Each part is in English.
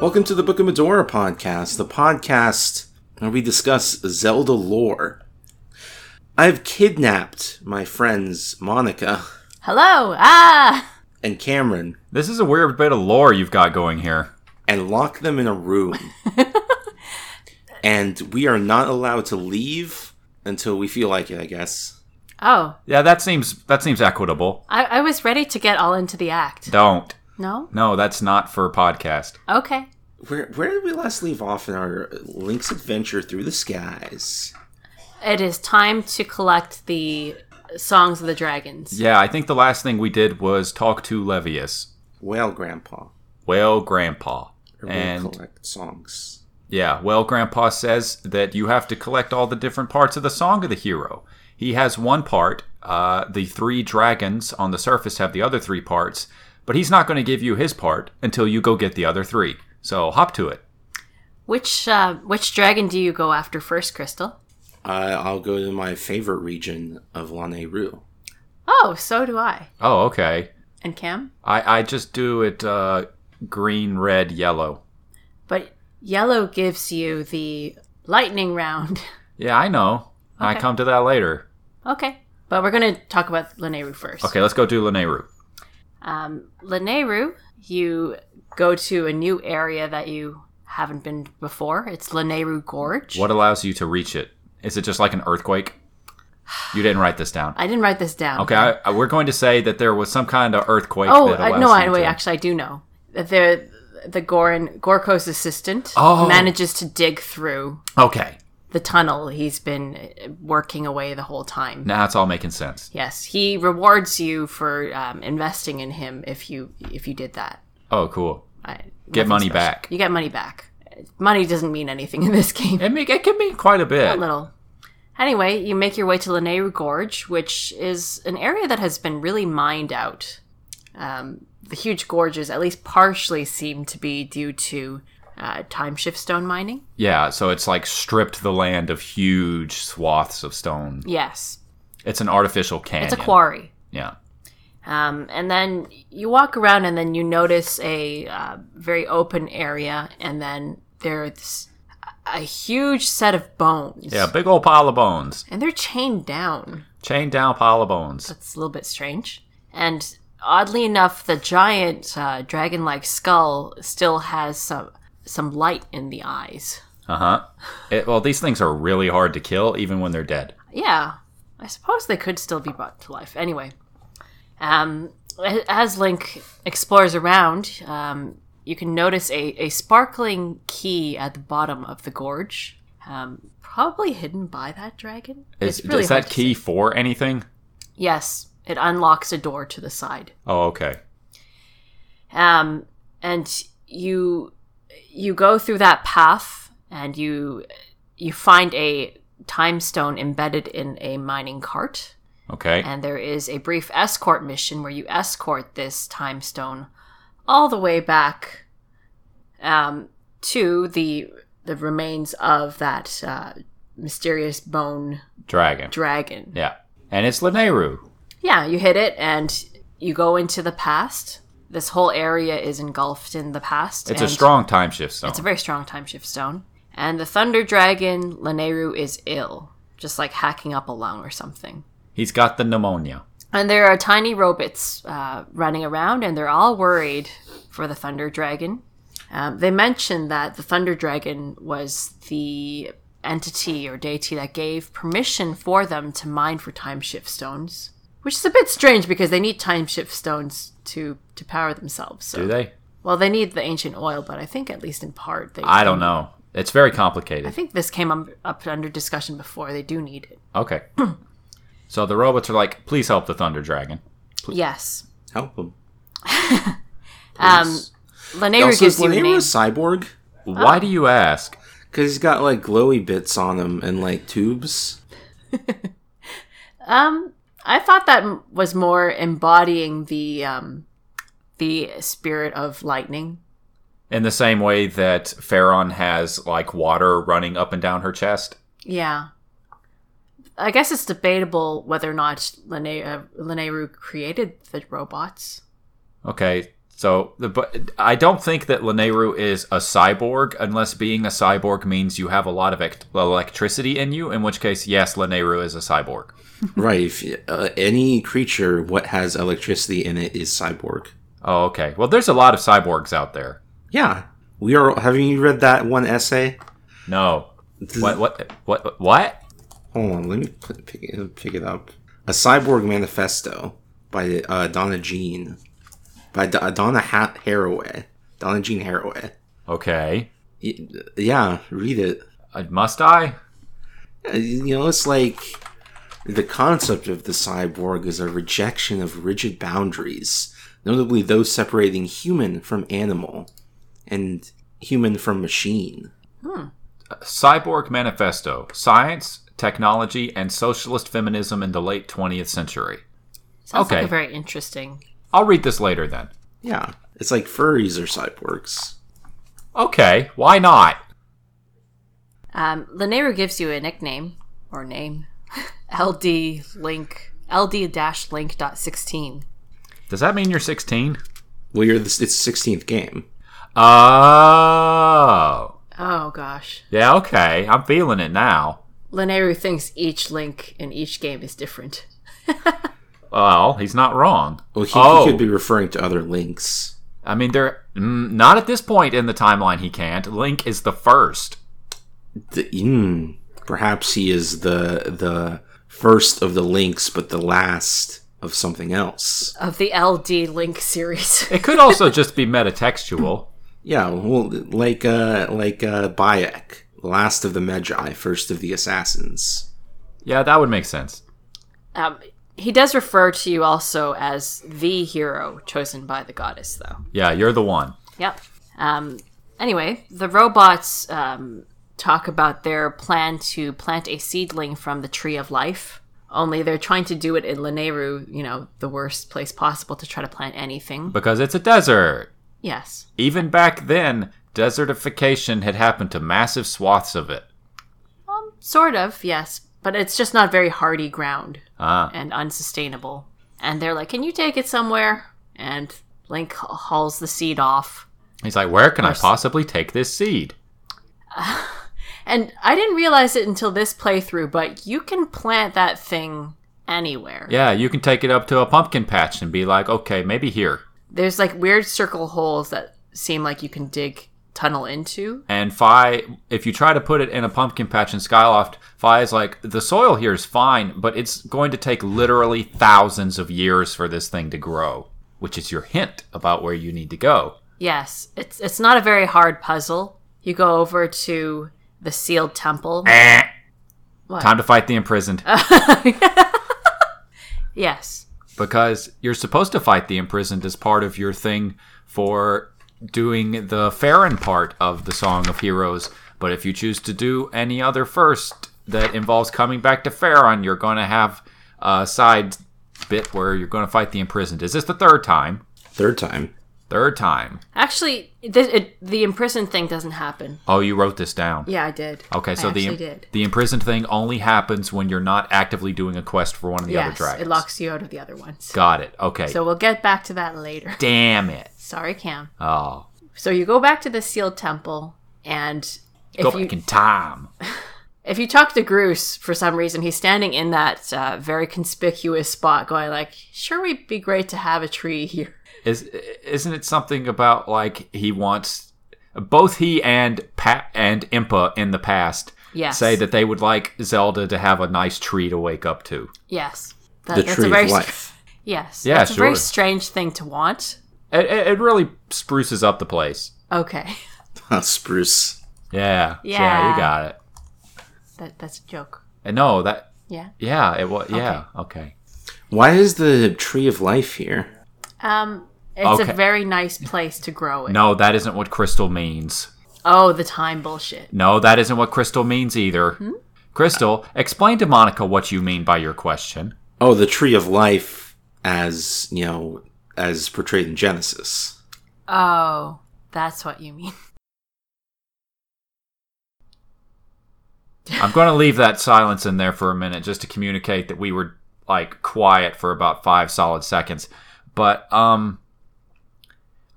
Welcome to the Book of Medora podcast, the podcast where we discuss Zelda lore. I've kidnapped my friends Monica Hello! Ah! and Cameron This is a weird bit of lore you've got going here. and locked them in a room. and we are not allowed to leave until we feel like it, I guess. Oh, Yeah, that seems that seems equitable. I, I was ready to get all into the act. Don't. No? No, that's not for podcast. Okay. Where, where did we last leave off in our Link's adventure through the skies? It is time to collect the songs of the dragons. Yeah, I think the last thing we did was talk to Levius, Well, Grandpa. well, Grandpa, Or we'll and collect songs. yeah, well, Grandpa says that you have to collect all the different parts of the song of the hero. He has one part. Uh, the three dragons on the surface have the other three parts, but he's not going to give you his part until you go get the other three. So hop to it. Which uh, which dragon do you go after first, Crystal? I I'll go to my favorite region of Laneru. Oh, so do I. Oh, okay. And Cam? I, I just do it uh, green, red, yellow. But yellow gives you the lightning round. Yeah, I know. I Okay. come to that later. okay. But we're going to talk about Laneru first. Okay, let's go do Laneru. Um, Laneru, you go to a new area that you haven't been before. It's Laneru Gorge. What allows you to reach it? Is it just like an earthquake? You didn't write this down. I didn't write this down. Okay, I, I, we're going to say that there was some kind of earthquake. Oh, that I, allows no, I, you wait, to- actually, I do know. That The, the Gorin, Gorko's assistant Oh. manages to dig through Okay, the tunnel he's been uh, working away the whole time. now it's all making sense. Yes, he rewards you for um, investing in him if you if you did that. Oh, cool. I, Get nothing money special. back. You get money back. Money doesn't mean anything in this game. It, make, it can mean quite a A bit. little. Anyway, you make your way to Lanayru Gorge, which is an area that has been really mined out. Um, the huge gorges, at least partially, seem to be due to uh, time shift stone mining. Yeah, so it's like stripped the land of huge swaths of stone. Yes, It's an artificial canyon. it's a quarry. Yeah. Um, and then you walk around, and then you notice a uh, very open area, and then there's a huge set of bones. Yeah, big old pile of bones. And they're chained down. Chain down pile of bones. It's a little bit strange. And oddly enough, the giant uh, dragon-like skull still has some some light in the eyes. Uh huh. Well, these things are really hard to kill, even when they're dead. Yeah, I suppose they could still be brought to life. Anyway, um, a- as Link explores around, um, you can notice a, a sparkling key at the bottom of the gorge. Um, probably hidden by that dragon. Is, really is hard that to key for anything? see. Yes, it unlocks a door to the side. Oh, okay. um, and you you go through that path and you you find a time stone embedded in a mining cart Okay. and there is a brief escort mission where you escort this time stone all the way back um, to the the remains of that uh, mysterious bone Dragon. dragon yeah. And it's Laneru. yeah, you hit it and you go into the past. This whole area is engulfed in the past. It's a and strong time shift stone. It's a very strong time shift stone. And the thunder dragon Laneru is ill, just like hacking up a lung or something. He's got the pneumonia. And there are tiny robots uh, running around, and they're all worried for the thunder dragon. Um, they mentioned that the thunder dragon was the entity or deity that gave permission for them to mine for time shift stones, which is a bit strange because they need time shift stones to to power themselves. So. Do they? Well, they need the ancient oil, but I think at least in part they. I don't know. It's very I complicated. think this came up, up under discussion before. They do need it. Okay. so the robots are like, please help the Thunder Dragon. Yes. Help them. Um, Laneru also, is gives you a Lanero name. a cyborg? Oh. Why do you ask? Because he's got like glowy bits on him and like tubes. Um, I thought that m- was more embodying the um, the spirit of lightning. In the same way that Pharaon has like water running up and down her chest. Yeah, I guess it's debatable whether or not Lene- uh, Laneru created the robots. Okay. So, the- but I don't think that Laneru is a cyborg unless being a cyborg means you have a lot of ect- electricity in you, in which case, yes, Laneru is a cyborg. Right. If, uh, any creature what has electricity in it is cyborg. Oh, okay. Well, there's a lot of cyborgs out there. Yeah. We are. Have you read that one essay? No. What? What? What? What? Hold on. Let me put- pick it, pick it up. A Cyborg Manifesto by uh, Donna Jean. By D- uh, Donna ha- Haraway. Donna Jean Haraway. Okay. Y- Yeah, read it. Uh, must I? Uh, You know, it's like the concept of the cyborg is a rejection of rigid boundaries, notably those separating human from animal and human from machine. Cyborg Manifesto: Science, Technology, and Socialist Feminism in the Late 20th Century. Sounds Okay. like a very interesting. I'll read this later then. Yeah, it's like furries are cyborgs. Okay, why not? Um, Lanero gives you a nickname or name, LD Link LD dash Link dot sixteen. Does that mean you're 16? Well, you're this, it's sixteenth game. Oh. Oh gosh, Yeah, okay. I'm feeling it now. Lanero thinks each link in each game is different. Well, he's not wrong. Well, he, oh, he could be referring to other links. I mean, they're mm, not at this point in the timeline. He can't. Link is the first. The, mm, perhaps he is the the first of the links, but the last of something else. Of the LD Link series. It could also just be metatextual. Yeah, well, like uh, like uh, Bayek, last of the Magi, first of the assassins. Yeah, that would make sense. um, he does refer to you also as the hero chosen by the goddess, though. Yeah, you're the one. Yep. Um, anyway, the robots um, talk about their plan to plant a seedling from the tree of life. Only they're trying to do it in Laneru, you know, the worst place possible to try to plant anything. Because it's a desert. Yes. Even back then, desertification had happened to massive swaths of it. Um, sort of, yes. But it's just not very hardy ground Ah, and unsustainable. And they're like, can you take it somewhere? And Link hauls the seed off. he's like, where can I possibly take this seed? And I didn't realize it until this playthrough, but you can plant that thing anywhere. Yeah, you can take it up to a pumpkin patch and be like, okay, maybe here. there's like weird circle holes that seem like you can dig tunnel into. And Fi, if you try to put it in a pumpkin patch in Skyloft, Fi is like, the soil here is fine, but it's going to take literally thousands of years for this thing to grow, which is your hint about where you need to go. Yes, it's it's not a very hard puzzle. You go over to the sealed temple. Eh. What? Time to fight the imprisoned. Yes. because you're supposed to fight the imprisoned as part of your thing for doing the Farron part of the Song of Heroes. But if you choose to do any other first that involves coming back to Farron, you're going to have a side bit where you're going to fight the imprisoned. Is this the third time? Third time. Third time. Actually, the, it, the imprisoned thing doesn't happen. Oh, you wrote this down. Yeah, I did. Okay, so I the actually did. the imprisoned thing only happens when you're not actively doing a quest for one of the other yes, dragons. it locks you out of the other ones. Got it. Okay. So we'll get back to that later. Damn it. Sorry, Cam. Oh, So you go back to the sealed temple, and if go you back in time. If you talk to Groose for some reason, he's standing in that uh, very conspicuous spot, going like, "Sure, would be great to have a tree here." Is isn't it something about like he wants both he and Pat and Impa in the past Yes. say that they would like Zelda to have a nice tree to wake up to. Yes, That- The tree of life. Yes, Yeah, that's a sure. very strange thing to want. It, it, it really spruces up the place. Okay, Oh, Spruce. Yeah, Yeah. you got it. that that's a joke. And no, that Yeah. yeah, it was yeah, okay. Why is the tree of life here? Um, it's Okay. a very nice place to grow it. No, that isn't what crystal means. Oh, the time bullshit. No, that isn't what crystal means either. Hmm? Crystal, explain to Monica what you mean by your question. Oh, the tree of life, as you know, as portrayed in Genesis. Oh, that's what you mean. I'm going to leave that silence in there for a minute just to communicate that we were like quiet for about 5 solid seconds. But um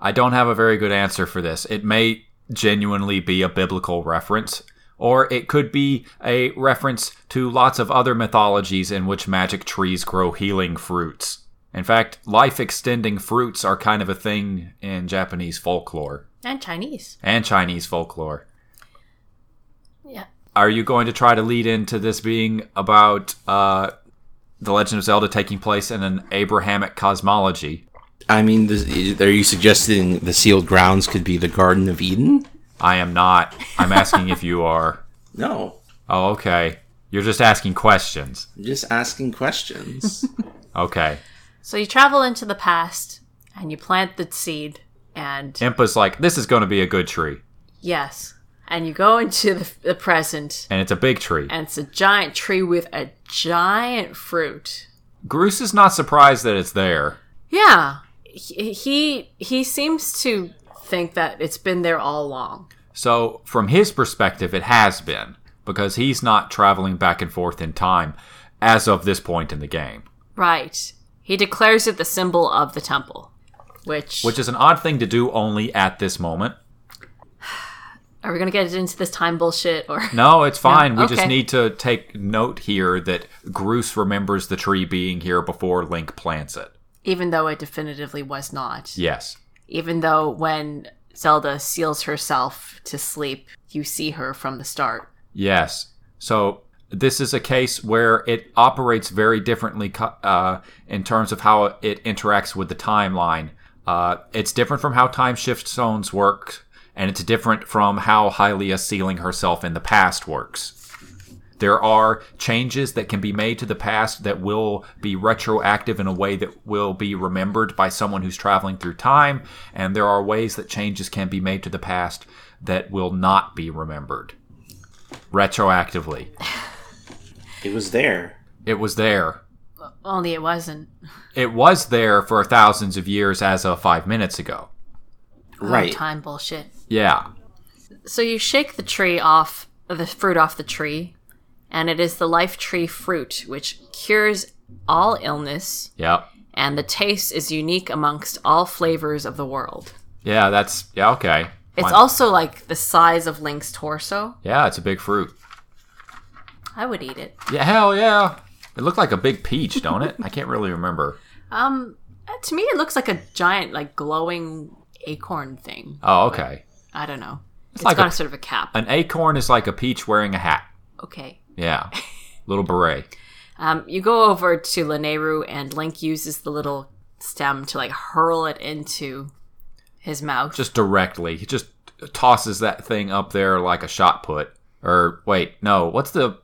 I don't have a very good answer for this. It may genuinely be a biblical reference, or it could be a reference to lots of other mythologies in which magic trees grow healing fruits. In fact, life extending fruits are kind of a thing in Japanese folklore And Chinese. and Chinese folklore. Yeah. Are you going to try to lead into this being about uh, The Legend of Zelda taking place in an Abrahamic cosmology? I mean, this, are you suggesting the sealed grounds could be the Garden of Eden? I am not. I'm asking if you are. No, Oh, okay. You're just asking questions. I'm just asking questions. Okay. So you travel into the past and you plant the seed and Impa's like, this is going to be a good tree. yes, and you go into the, the present And it's a big tree. and it's a giant tree with a giant fruit. Groose is not surprised that it's there. Yeah. He he, he seems to think that it's been there all along. So, from his perspective, it has been, because he's not traveling back and forth in time as of this point in the game, Right. He declares it the symbol of the temple, which, which is an odd thing to do only at this moment. are we going to get into this time bullshit or No, it's fine. We just okay. need to take note here that Groose remembers the tree being here before Link plants it. even though it definitively was not. Yes. Even though when Zelda seals herself to sleep, you see her from the start. Yes. So this is a case where it operates very differently co- uh, in terms of how it interacts with the timeline. Uh, it's different from how time shift zones work, and it's different from how Hylia sealing herself in the past works. There are changes that can be made to the past that will be retroactive in a way that will be remembered by someone who's traveling through time, and there are ways that changes can be made to the past that will not be remembered retroactively. it was there. It was there. Only it wasn't. It was there for thousands of years as of five minutes ago. Right. Oh, Time bullshit. Yeah. So you shake the tree off, the fruit off the tree, and it is the life tree fruit, which cures all illness, Yep. and the taste is unique amongst all flavors of the world. Yeah, that's yeah, okay. It's Fine. also like the size of Link's torso. yeah, it's a big fruit. I would eat it. Yeah, hell yeah. It looked like a big peach, don't it? I can't really remember. Um, uh, to me, it looks like a giant, like glowing acorn thing. Oh, okay. I don't know. It's like got a- a sort of a cap. An acorn is like a peach wearing a hat. Okay. Yeah. Little beret. Um, you go over to Laneru, and Link uses the little stem to like hurl it into his mouth. Just directly. He just tosses that thing up there like a shot put. Or wait, no, what's the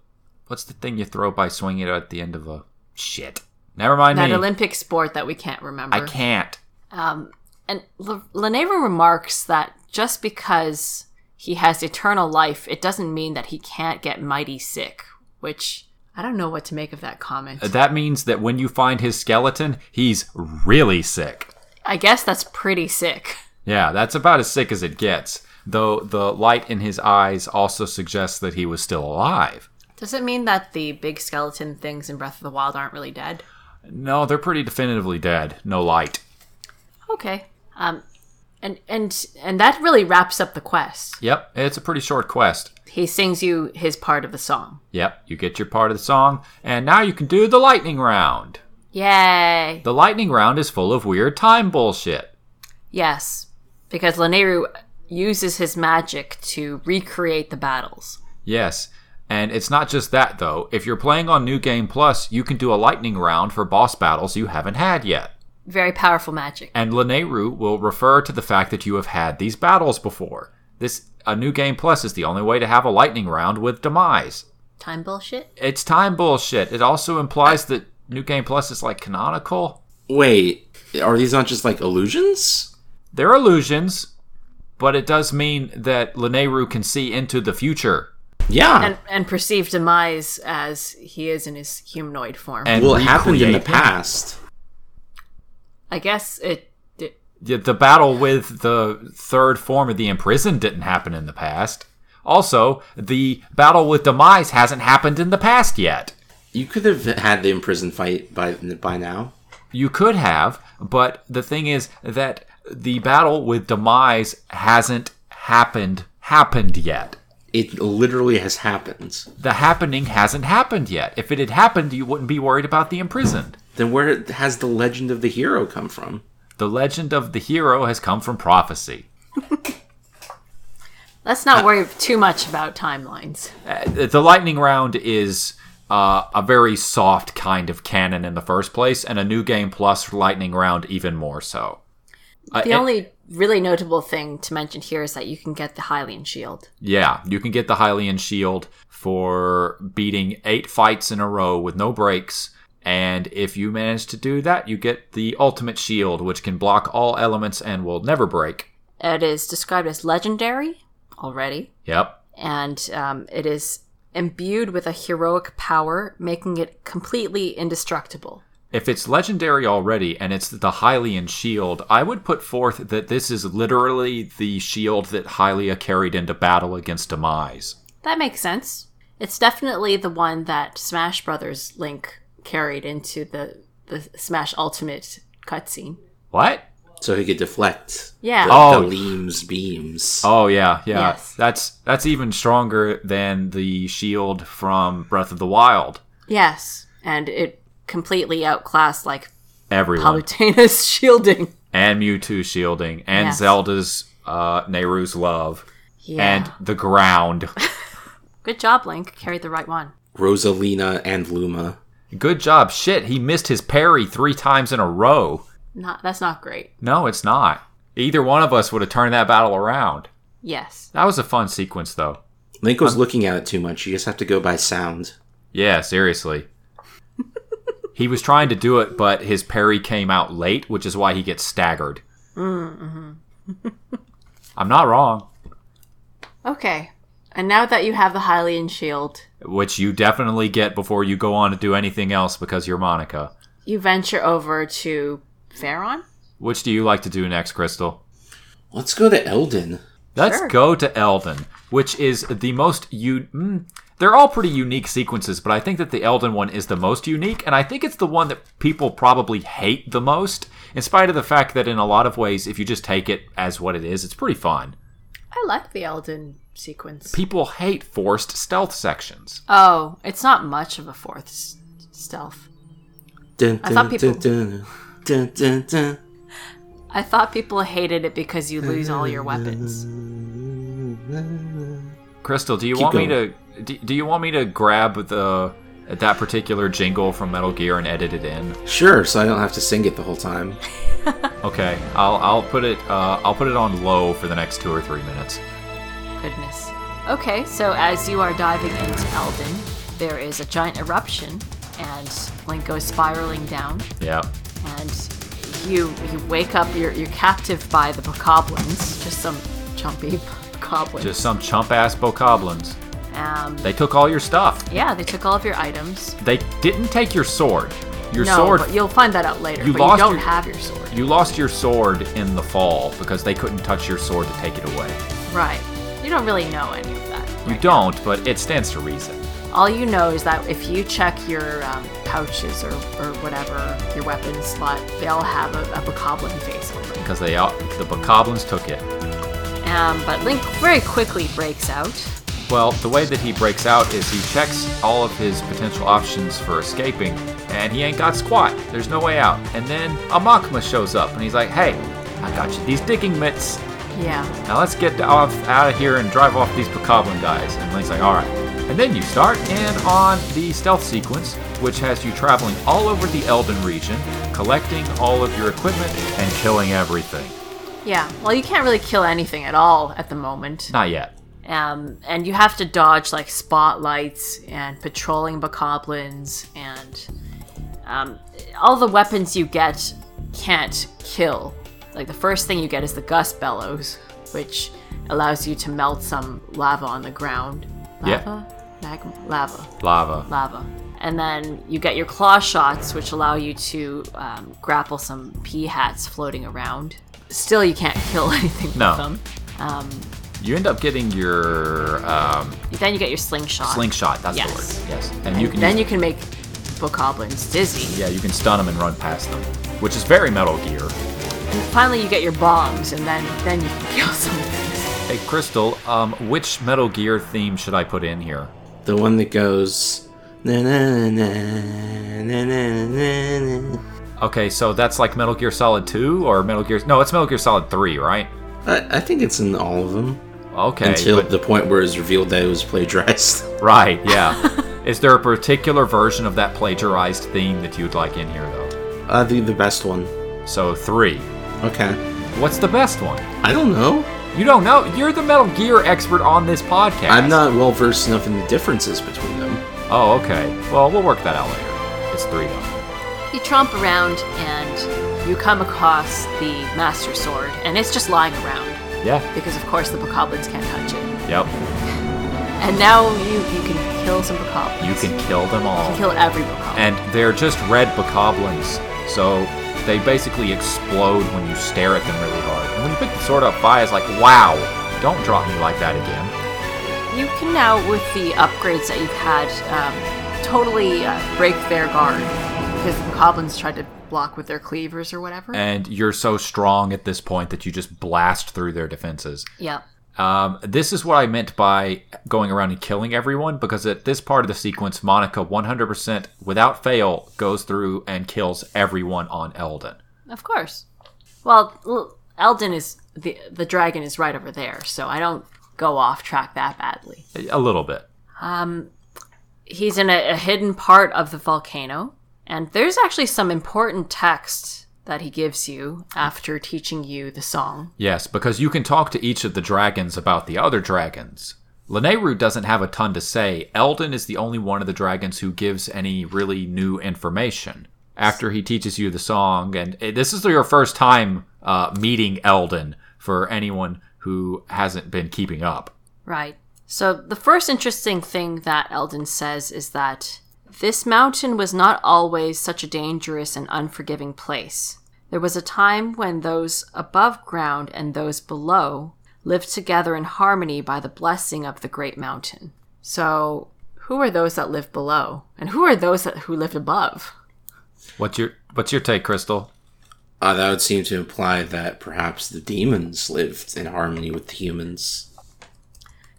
what's the thing you throw by swinging it at the end of a shit? Never mind that me. Olympic sport that we can't remember. I can't. Um, and L- Laneru remarks that just because he has eternal life, it doesn't mean that he can't get mighty sick, which I don't know what to make of that comment. That means that when you find his skeleton, he's really sick. I guess that's pretty sick. Yeah, that's about as sick as it gets. Though the light in his eyes also suggests that he was still alive. Does it mean that the big skeleton things in Breath of the Wild aren't really dead? No, they're pretty definitively dead. No light. Okay. Um, and and and that really wraps up the quest. Yep, it's a pretty short quest. He sings you his part of the song. Yep, you get your part of the song, and now you can do the lightning round. Yay! The lightning round is full of weird time bullshit. Yes, because Laneru uses his magic to recreate the battles. Yes. And it's not just that, though. If you're playing on New Game Plus, you can do a lightning round for boss battles you haven't had yet. Very powerful magic. And Laneru will refer to the fact that you have had these battles before. This a new game plus is the only way to have a lightning round with demise. Time bullshit. It's time bullshit. It also implies that new game plus is like canonical. Wait, are these not just like illusions? They're illusions, but it does mean that Laneru can see into the future Yeah. And and perceived demise as he is in his humanoid form. and well, it happened in the recreate past. I guess it, it Yeah, the battle with the third form of the imprisoned didn't happen in the past. Also, the battle with demise hasn't happened in the past yet. You could have had the imprisoned fight by by now. You could have, but the thing is that the battle with Demise hasn't happened happened yet. It literally has happened. The happening hasn't happened yet. If it had happened, you wouldn't be worried about the imprisoned. Then where has the legend of the hero come from? The legend of the hero has come from prophecy. Let's not worry too much about timelines. Uh, The lightning round is uh, a very soft kind of canon in the first place, and a new game plus lightning round even more so. Uh, The and- only really notable thing to mention here is that you can get the Hylian shield. Yeah, you can get the Hylian Shield for beating eight fights in a row with no breaks. And if you manage to do that, you get the Ultimate Shield, which can block all elements and will never break. It is described as legendary already, Yep. and um, it is imbued with a heroic power, making it completely indestructible. If it's legendary already and it's the Hylian Shield, I would put forth that this is literally the shield that Hylia carried into battle against Demise. That makes sense. It's definitely the one that Smash Brothers Link carried into the the Smash Ultimate cutscene. What? So he could deflect. Yeah. The, Oh. the Leem's beams. Oh yeah, yeah. Yes. That's that's even stronger than the shield from Breath of the Wild. Yes, and it completely outclassed like Everyone Palutena's shielding. and Mewtwo shielding and Yes. Zelda's uh, Nehru's love Yeah. and the ground. Good job, Link. Carried the right one. Rosalina and Luma. Good job. Shit, he missed his parry three times in a row. Not that's not great. No, it's not. Either one of us would have turned that battle around. Yes. That was a fun sequence, though. Link was looking at it too much. You just have to go by sound. Yeah, seriously. he was trying to do it, but his parry came out late, which is why he gets staggered. Mm-hmm. I'm not wrong, Okay. And now that you have the Hylian shield, which you definitely get before you go on to do anything else because you're Monica. you venture over to Faron. Which do you like to do next, Crystal? Let's go to Elden. Let's Sure. go to Elden, which is the most u. Mm, they're all pretty unique sequences, but I think that the Elden one is the most unique, and I think it's the one that people probably hate the most, in spite of the fact that in a lot of ways, if you just take it as what it is, it's pretty fun. I like the Elden sequence. People hate forced stealth sections. oh, it's not much of a fourth s- stealth. Dun, I thought people- dun, dun, dun, dun. I thought people hated it because you lose all your weapons. Crystal, do you Keep want me going. to do, do you want me to grab the that particular jingle from Metal Gear and edit it in? Sure, so I don't have to sing it the whole time. Okay, I'll I'll put it uh, I'll put it on low for the next two or three minutes. Goodness. Okay, so as you are diving into Elden, there is a giant eruption, and Link goes spiraling down, Yeah. and you you wake up. You're you're captive by the bokoblins, just some chumpy bokoblins. Just some chump ass bokoblins. um, They took all your stuff. yeah, they took all of your items. They didn't take your sword. Your no, sword. but you'll find that out later. You but lost you don't your- have your sword, You lost your sword in the fall because they couldn't touch your sword to take it away. right? You don't really know any of that. You don't, but it stands to reason. All you know is that if you check your um, pouches or, or whatever your weapon slot, they all have a, a bokoblin face on them. Because they all, the bokoblins took it. Um, but Link very quickly breaks out. Well, the way that he breaks out is he checks all of his potential options for escaping, and he ain't got squat. There's no way out. And then a Makma shows up, and he's like, hey, I got you these digging mitts. Yeah. Now let's get off out of here and drive off these Bokoblin guys. And Link's like, all right. And then you start in on the stealth sequence, which has you traveling all over the Elden region, collecting all of your equipment and killing everything. Yeah. Well, you can't really kill anything at all at the moment. Not yet. Um, and you have to dodge like spotlights and patrolling bokoblins and um, all the weapons you get can't kill. Like the first thing you get is the gust bellows, which allows you to melt some lava on the ground. Yeah. Lava? Magma? Lava. Lava. lava. And then you get your claw shots, which allow you to um, grapple some pea hats floating around. Still, you can't kill anything No. with them. You end up getting your um, Then you get your slingshot. slingshot. That's Yes. the word. Yes. And, And you can then use- you can make bokoblins dizzy. yeah you can stun them and run past them, which is very Metal Gear. Finally, you get your bombs, and then then you can kill something. Hey, Crystal, um, which Metal Gear theme should I put in here? The one that goes. Na, na, na, na, na, na, na, na. Okay, so that's like Metal Gear Solid 2 or Metal Gear. No, it's Metal Gear Solid 3, right? I, I think it's in all of them. Okay. until but- the point where it's revealed that it was plagiarized. right, yeah. Is there a particular version of that plagiarized theme that you'd like in here, though? I think Uh, the best one. So, three. Okay. What's the best one? I don't know. You don't know. You're the Metal Gear expert on this podcast. I'm not well versed enough in the differences between them. Oh, okay. Well, we'll work that out later. It's three, though. You tromp around, and you come across the Master Sword, and it's just lying around Yeah. because, of course, the bokoblins can't touch it. Yep. And now you you can kill some bokoblins. You can kill them all. You can kill every bokoblin. and they're just red bokoblins. So they basically explode when you stare at them really hard. And when you pick the sword up, by, it's like, wow, don't drop me like that again. You can now, with the upgrades that you've had, um, totally uh, break their guard because the goblins tried to block with their cleavers or whatever. And you're so strong at this point that you just blast through their defenses. yeah. Um, this is what I meant by going around and killing everyone, because at this part of the sequence, Monica 100% without fail goes through and kills everyone on Eldon. Of course. Well, l- Eldon is the the dragon is right over there, so I don't go off track that badly. A little bit. He's in a, a hidden part of the volcano, and there's actually some important text that he gives you after teaching you the song. Yes, because you can talk to each of the dragons about the other dragons. Laneru doesn't have a ton to say. Eldon is the only one of the dragons who gives any really new information. After he teaches you the song, and eh, this is your first time uh, meeting Eldon for anyone who hasn't been keeping up. Right. So the first interesting thing that Eldon says is that this mountain was not always such a dangerous and unforgiving place. There was a time when those above ground and those below lived together in harmony by the blessing of the great mountain. So, who are those that live below, and who are those that, who lived above? What's your What's your take, Crystal? Uh, that would seem to imply that perhaps the demons lived in harmony with the humans.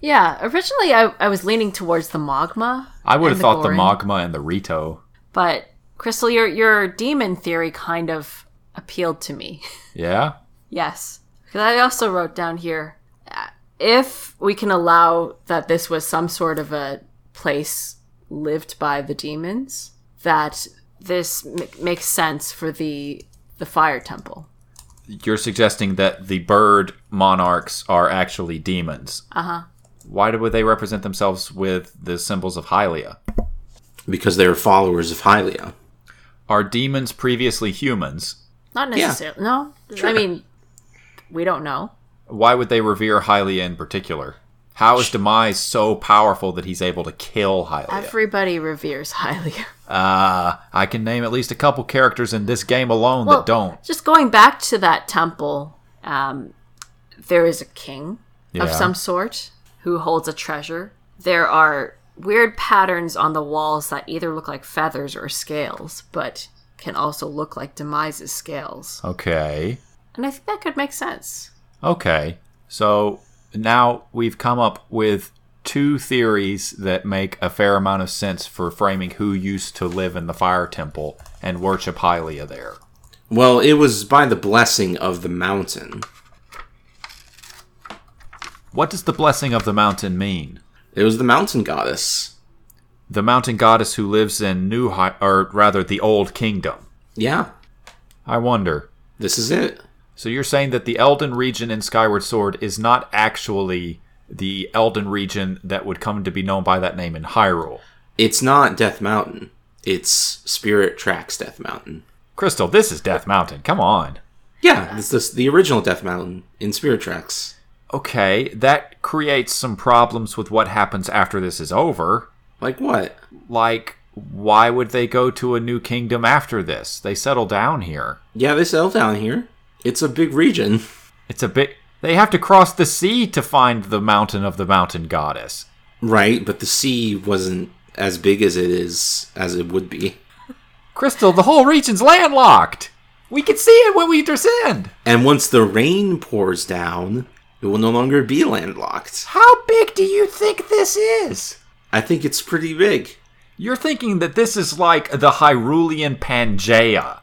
Yeah, originally I, I was leaning towards the magma. I would have and thought the Goron. magma and the Rito. But Crystal, your your demon theory kind of appealed to me. Yeah, yes, because I also wrote down here uh, if we can allow that this was some sort of a place lived by the demons, that this m- makes sense for the the fire temple. you're suggesting that the bird monarchs are actually demons. Uh huh. Why do- would they represent themselves with the symbols of Hylia? Because they were followers of Hylia. Are demons previously humans? Not necessarily. No, I mean we don't know. Why would they revere Hylia in particular? How is Demise so powerful that he's able to kill Hylia? Everybody reveres Hylia. Uh, I can name at least a couple characters in this game alone Well, that don't. Just going back to that temple, um, there is a king of Yeah. some sort who holds a treasure. There are weird patterns on the walls that either look like feathers or scales, but can also look like Demise's scales. Okay. And I think that could make sense. Okay. So now we've come up with two theories that make a fair amount of sense for framing who used to live in the fire temple and worship Hylia there. Well, it was by the blessing of the mountain. What does the blessing of the mountain mean? It was the mountain goddess. The mountain goddess who lives in New Hy- or rather the old kingdom. Yeah, I wonder. this is it. So you're saying that the Elden region in Skyward Sword is not actually the Elden region that would come to be known by that name in Hyrule. It's not Death Mountain. It's Spirit Tracks Death Mountain. Crystal, this is Death Mountain. Come on. Yeah, Uh, it's this, the original Death Mountain in Spirit Tracks. okay, that creates some problems with what happens after this is over. Like what? Like, why would they go to a new kingdom after this? They settle down here. Yeah, they settle down here. It's a big region. It's a bit. They have to cross the sea to find the mountain of the mountain goddess. Right, but the sea wasn't as big as it is as it would be. Crystal, the whole region's landlocked! We can see it when we descend. And once the rain pours down, it will no longer be landlocked. How big do you think this is? I think it's pretty big. You're thinking that this is like the Hyrulean Pangea.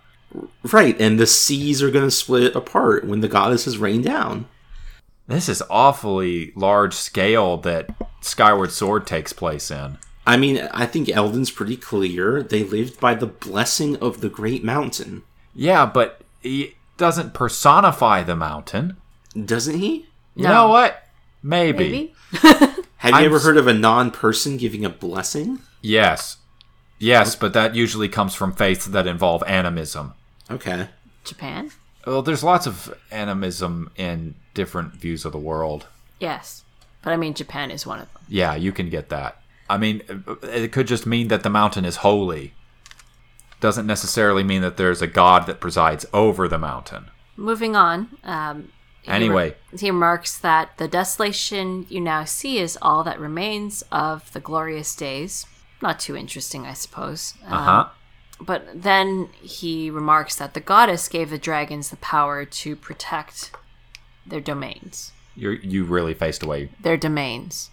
Right, and the seas are going to split apart when the goddesses rain down. This is awfully large scale that Skyward Sword takes place in. I mean, I think Eldon's pretty clear. They lived by the blessing of the great mountain. Yeah, but he doesn't personify the mountain. Doesn't he? You know what? Maybe. Maybe. Have you I'm ever s- heard of a non person giving a blessing? Yes. Yes, but that usually comes from faiths that involve animism. Okay. Japan? Well, there's lots of animism in different views of the world. Yes. But I mean, Japan is one of them. Yeah, you can get that. I mean, it could just mean that the mountain is holy. Doesn't necessarily mean that there's a god that presides over the mountain. Moving on. Um, he re- Anyway. he remarks that the desolation you now see is all that remains of the glorious days. Not too interesting, I suppose. Uh huh. But then he remarks that the goddess gave the dragons the power to protect their domains. You you really faced away. Their domains.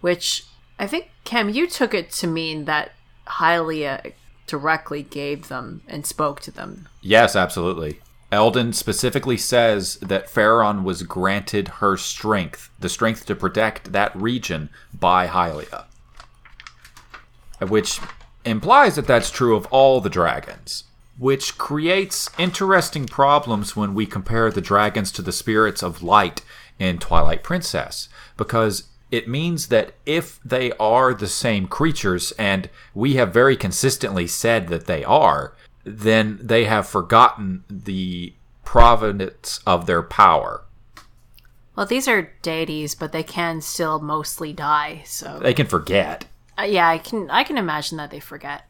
Which I think, Cam, you took it to mean that Hylia directly gave them and spoke to them. Yes, absolutely. Eldon specifically says that Pharaon was granted her strength, the strength to protect that region by Hylia. Which implies that that's true of all the dragons, which creates interesting problems when we compare the dragons to the spirits of light in Twilight Princess, because it means that if they are the same creatures, and we have very consistently said that they are, then they have forgotten the provenance of their power. Well, these are deities, but they can still mostly die. So They can forget. uh, yeah, I can I can imagine that they forget.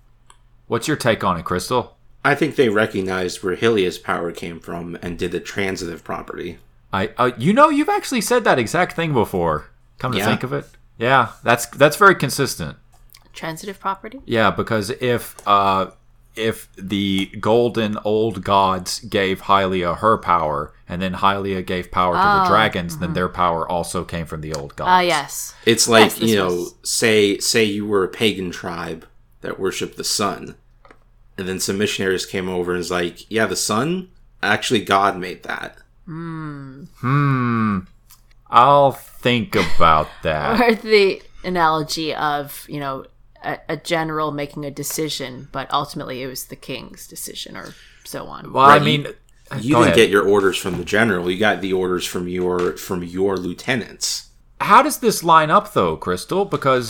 What's your take on it, Crystal? I think they recognized where Hylia's power came from and did a transitive property. I, uh, you know, you've actually said that exact thing before. Come to Yeah. think of it, yeah, that's that's very consistent. Transitive property. Yeah, because if uh, if the golden old gods gave Hylia her power, and then Hylia gave power to the dragons, then their power also came from the old gods. Ah, yes. It's like, Yes, this you know, was- say say you were a pagan tribe that worshiped the sun. And then some missionaries came over and was like, Yeah, the sun? Actually God made that. Hmm. I'll think about that. Or the analogy of you know a, a general making a decision, but ultimately it was the king's decision, or so on. Well, Right, you- I mean, uh, You Go didn't ahead. get your orders from the general, you got the orders from your from your lieutenants. how does this line up though, Crystal? Because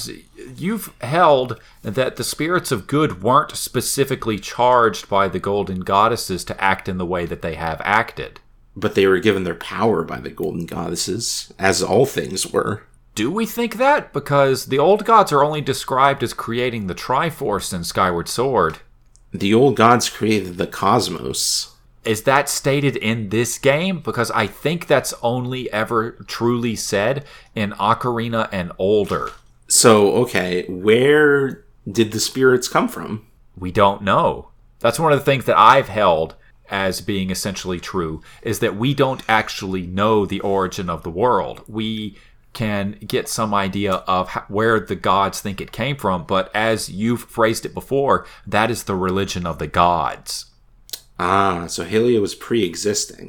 you've held that the spirits of good weren't specifically charged by the golden goddesses to act in the way that they have acted. But they were given their power by the golden goddesses, as all things were. Do we think that? Because the old gods are only described as creating the Triforce in Skyward Sword. The old gods created the cosmos. Is that stated in this game? Because I think that's only ever truly said in Ocarina and older. So, okay, where did the spirits come from? we don't know. That's one of the things that I've held as being essentially true is that we don't actually know the origin of the world. We can get some idea of ho- where the gods think it came from, but as you've phrased it before, that is the religion of the gods. Ah, so Helia was pre existing.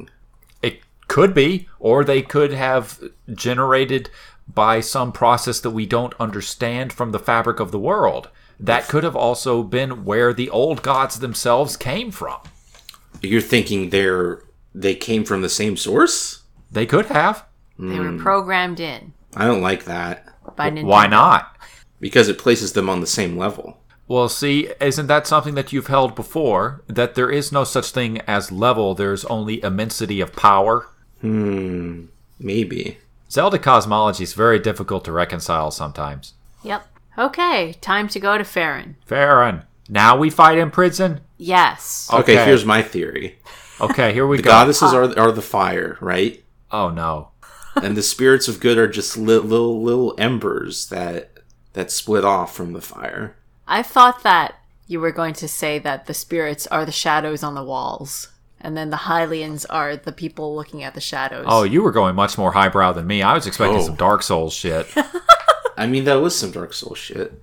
It could be, or they could have generated by some process that we don't understand from the fabric of the world. That could have also been where the old gods themselves came from. You're thinking they're they came from the same source? They could have. They were programmed in I don't like that by Nintendo. Hmm. Why not? because it places them on the same level. Well, see, isn't that something that you've held before? That there is no such thing as level, there's only immensity of power? Maybe. Zelda cosmology is very difficult to reconcile sometimes. Yep. Okay, time to go to Farron. Farron, now we fight in prison? Yes. Oh. Okay, Okay. here's my theory. Okay, here we The go. goddesses are are the fire, right? Oh no. and the spirits of good are just li- little little embers that that split off from the fire. I thought that you were going to say that the spirits are the shadows on the walls. and then the Hylians are the people looking at the shadows. Oh, you were going much more highbrow than me. I was expecting Oh. some Dark Souls shit. I mean, that was some Dark Souls shit.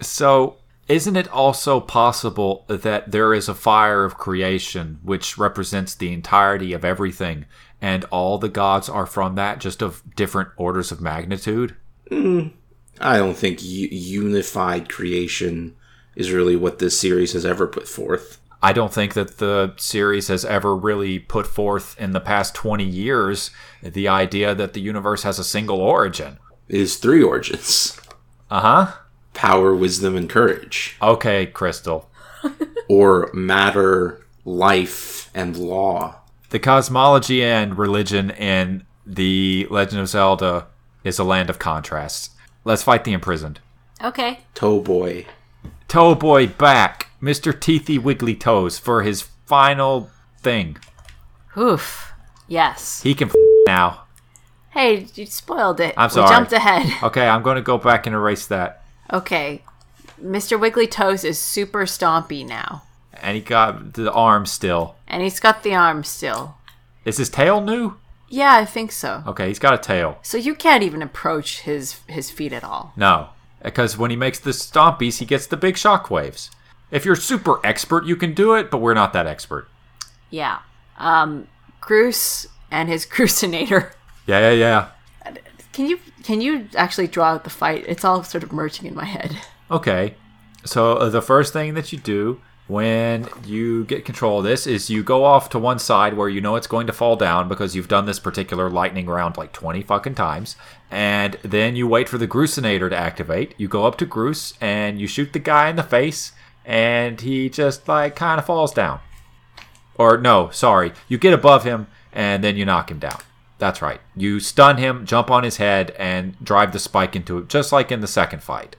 So, isn't it also possible that there is a fire of creation which represents the entirety of everything, and all the gods are from that, just of different orders of magnitude? I don't think u- unified creation is really what this series has ever put forth. I don't think that the series has ever really put forth in the past 20 years the idea that the universe has a single origin. It is three origins Uh huh. power, wisdom, and courage, Okay, Crystal. or matter, life, and law. The cosmology and religion in The Legend of Zelda is a land of contrasts. Let's fight the imprisoned. Okay. Toe boy. Toe Boy back, Mr. Teethy Wiggly Toes, for his final thing. Oof. Yes. He can f- now. Hey, you spoiled it. I'm we sorry. jumped ahead. Okay, I'm going to go back and erase that. Okay. Mr. Wigglytoes is super stompy now, And he got the arm still. and he's got the arm still. Is his tail new? Yeah, I think so. Okay, he's got a tail. So you can't even approach his his feet at all. No, because when he makes the stompies, he gets the big shockwaves. If you're super expert, you can do it, but we're not that expert. Yeah. Um Gruce and his Crucinator. Yeah, yeah, yeah. Can you can you actually draw out the fight? It's all sort of merging in my head. Okay. So uh, the first thing that you do when you get control of this is you go off to one side where you know it's going to fall down because you've done this particular lightning round like 20 fucking times and then you wait for the grucinator to activate. You go up to Gruce and you shoot the guy in the face and he just like kind of falls down. Or no, sorry. You get above him and then you knock him down. That's right. You stun him, jump on his head and drive the spike into it just like in the second fight.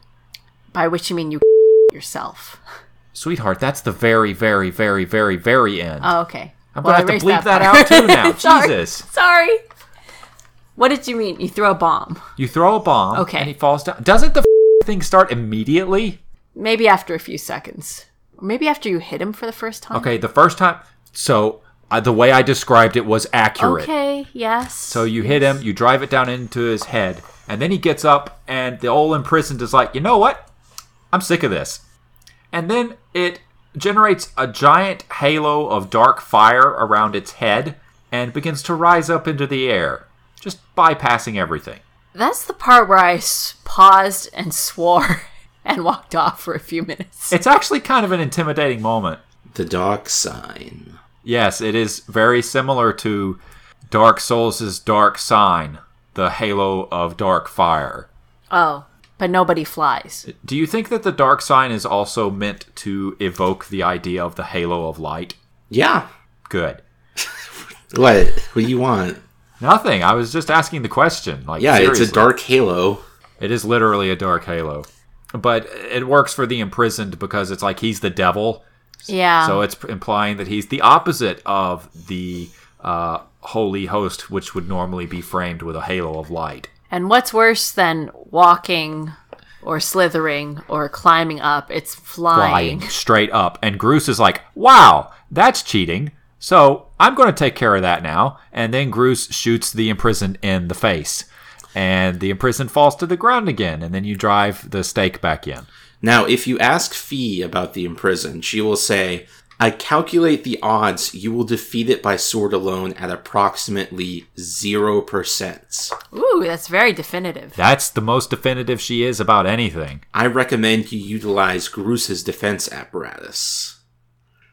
By which you mean you yourself. Sweetheart, that's the very, very, very, very, very end. Oh, okay. I'm Well, I gonna have erased to bleep that, part. out too now. Sorry. Jesus. Sorry. What did you mean? You throw a bomb. You throw a bomb Okay. and he falls down. Doesn't the thing start immediately? Maybe after a few seconds. Or maybe after you hit him for the first time. Okay, the first time. So uh, the way I described it was accurate. Okay, yes. So you hit him, you drive it down into his head, and then he gets up, and the old imprisoned is like, you know what? I'm sick of this. And then it generates a giant halo of dark fire around its head and begins to rise up into the air, just bypassing everything. That's the part where I s- paused and swore and walked off for a few minutes. It's actually kind of an intimidating moment. The dog sign. Yes, it is very similar to Dark Souls' Dark Sign, the halo of dark fire. Oh, but nobody flies. Do you think that the dark sign is also meant to evoke the idea of the halo of light? Yeah. Good. What? What do you want? Nothing. I was just asking the question. Like, Yeah, it's seriously. a dark halo. It is literally a dark halo, but it works for the imprisoned because it's like he's the devil, Yeah. so it's implying that he's the opposite of the uh, holy host, which would normally be framed with a halo of light. and what's worse than walking or slithering or climbing up? It's flying. flying straight up. And Groose is like, wow, that's cheating. So I'm going to take care of that now. And then Groose shoots the imprisoned in the face. And the imprisoned falls to the ground again. And then you drive the stake back in. Now, if you ask Fee about the imprisoned, she will say, I calculate the odds you will defeat it by sword alone at approximately 0%. Ooh, that's very definitive. That's the most definitive she is about anything. I recommend you utilize Groose's defense apparatus.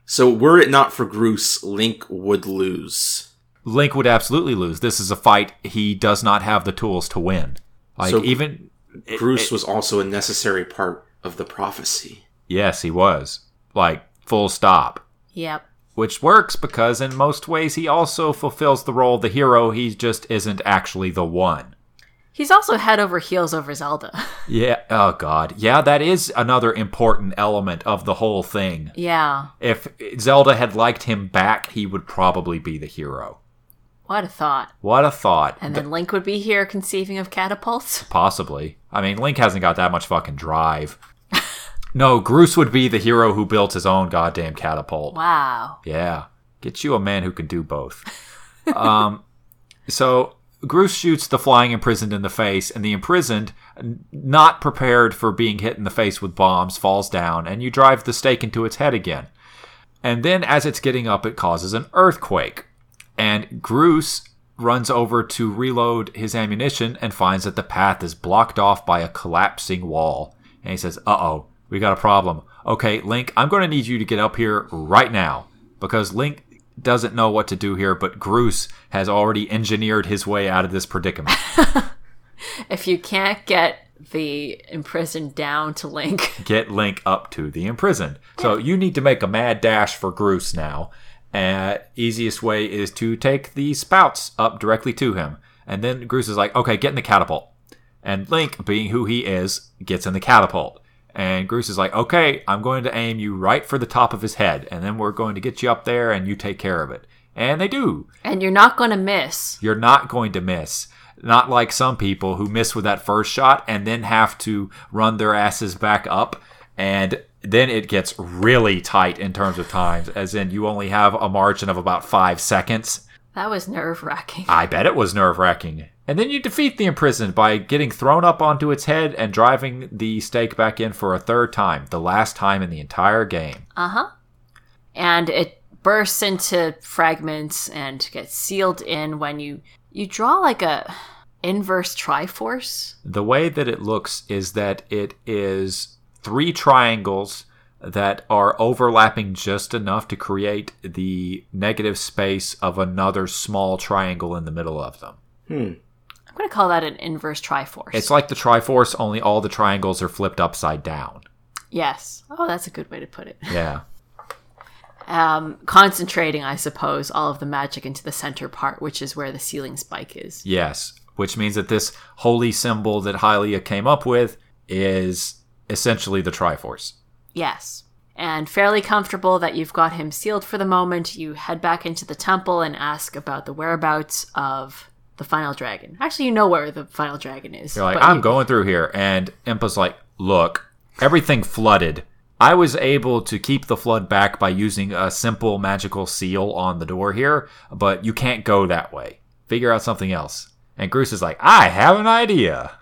So, were it not for Groose, Link would lose. Link would absolutely lose. This is a fight he does not have the tools to win. Like, So- even. it- Groose was also a necessary part of the prophecy. Yes, he was. Like, full stop. Yep. which works because in most ways he also fulfills the role of the hero he just isn't actually the one He's also head over heels over Zelda. yeah oh god yeah that is another important element of the whole thing yeah. if zelda had liked him back he would probably be the hero What a thought. what a thought And then Link would be here conceiving of catapults. possibly i mean link hasn't got that much fucking drive No, Groose would be the hero who built his own goddamn catapult. Wow. Yeah. Get you a man who can do both. um, so Groose shoots the flying imprisoned in the face, and the imprisoned, n- not prepared for being hit in the face with bombs, falls down, and you drive the stake into its head again. And then as it's getting up, it causes an earthquake. And Groose runs over to reload his ammunition and finds that the path is blocked off by a collapsing wall. And he says, Uh oh, we got a problem. Okay, Link, I'm going to need you to get up here right now because Link doesn't know what to do here, but Groose has already engineered his way out of this predicament. If you can't get the imprisoned down to Link, get Link up to the imprisoned. So you need to make a mad dash for Groose now. Uh, easiest way is to take the spouts up directly to him. And then Groose is like, okay, get in the catapult. And Link, being who he is, gets in the catapult. And Groose is like, okay, I'm going to aim you right for the top of his head. And then we're going to get you up there and you take care of it. And they do. and you're not going to miss. you're not going to miss. Not like some people who miss with that first shot and then have to run their asses back up. And then it gets really tight in terms of times, as in you only have a margin of about five seconds. That was nerve wracking. I bet it was nerve wracking. And then you defeat the imprisoned by getting thrown up onto its head and driving the stake back in for a third time, the last time in the entire game. Uh huh. And it bursts into fragments and gets sealed in when you you draw like a inverse triforce. The way that it looks is that it is three triangles that are overlapping just enough to create the negative space of another small triangle in the middle of them. Hmm. I'm going to call that an inverse triforce. It's like the Triforce, only all the triangles are flipped upside down. yes. Oh, that's a good way to put it. Yeah. Um, concentrating, I suppose, all of the magic into the center part, which is where the ceiling spike is. Yes. Which means that this holy symbol that Hylia came up with is essentially the Triforce. Yes. And fairly comfortable that you've got him sealed for the moment, you head back into the temple and ask about the whereabouts of the final dragon. Actually, you know where the final dragon is. They're like, but I'm you- going through here. And Impa's like, look, everything flooded. I was able to keep the flood back by using a simple magical seal on the door here, but you can't go that way. Figure out something else. And Groose is like, I have an idea.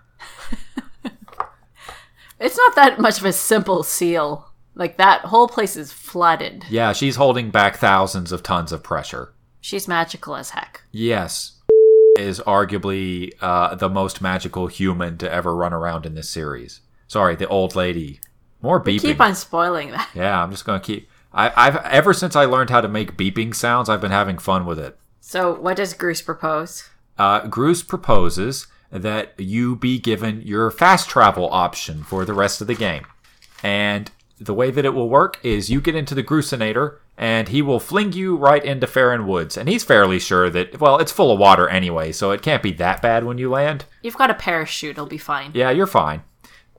It's not that much of a simple seal. Like that whole place is flooded. Yeah, she's holding back thousands of tons of pressure. She's magical as heck. Yes, is arguably uh, the most magical human to ever run around in this series. Sorry, the old lady. More beeping. Keep on spoiling that. Yeah, I'm just gonna keep. I, I've ever since I learned how to make beeping sounds, I've been having fun with it. So, what does Groose propose? Uh, Groose proposes that you be given your fast travel option for the rest of the game, and the way that it will work is you get into the Grucinator, and he will fling you right into Farron Woods, and he's fairly sure that well, it's full of water anyway, so it can't be that bad when you land. You've got a parachute, it'll be fine. Yeah, you're fine.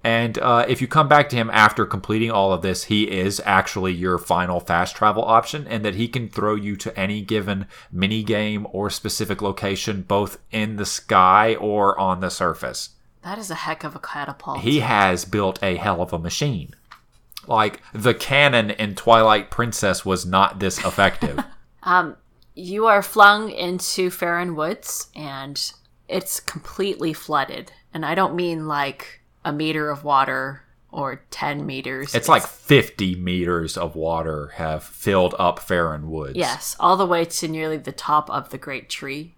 And uh, if you come back to him after completing all of this, he is actually your final fast travel option, and that he can throw you to any given mini game or specific location, both in the sky or on the surface. That is a heck of a catapult. He has built a hell of a machine. Like the cannon in Twilight Princess was not this effective. Um, you are flung into Farron Woods and it's completely flooded. And I don't mean like a meter of water or 10 meters. it's like 50 meters of water have filled up Farron Woods. Yes, all the way to nearly the top of the great tree,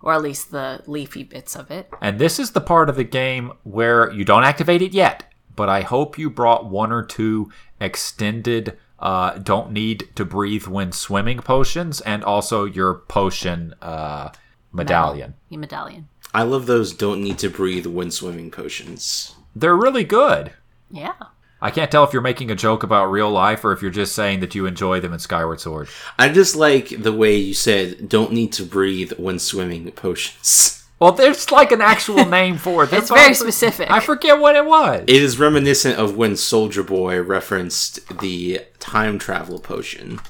or at least the leafy bits of it. And this is the part of the game where you don't activate it yet, but I hope you brought one or two extended uh, don't need to breathe when swimming potions and also your potion uh, medallion. Your medallion. I love those don't need to breathe when swimming potions. They're really good. Yeah. I can't tell if you're making a joke about real life or if you're just saying that you enjoy them in Skyward Sword. I just like the way you said don't need to breathe when swimming potions. Well, there's like an actual name for it. It's That's why very I for- specific. I forget what it was. It is reminiscent of when Soldier Boy referenced the time travel potion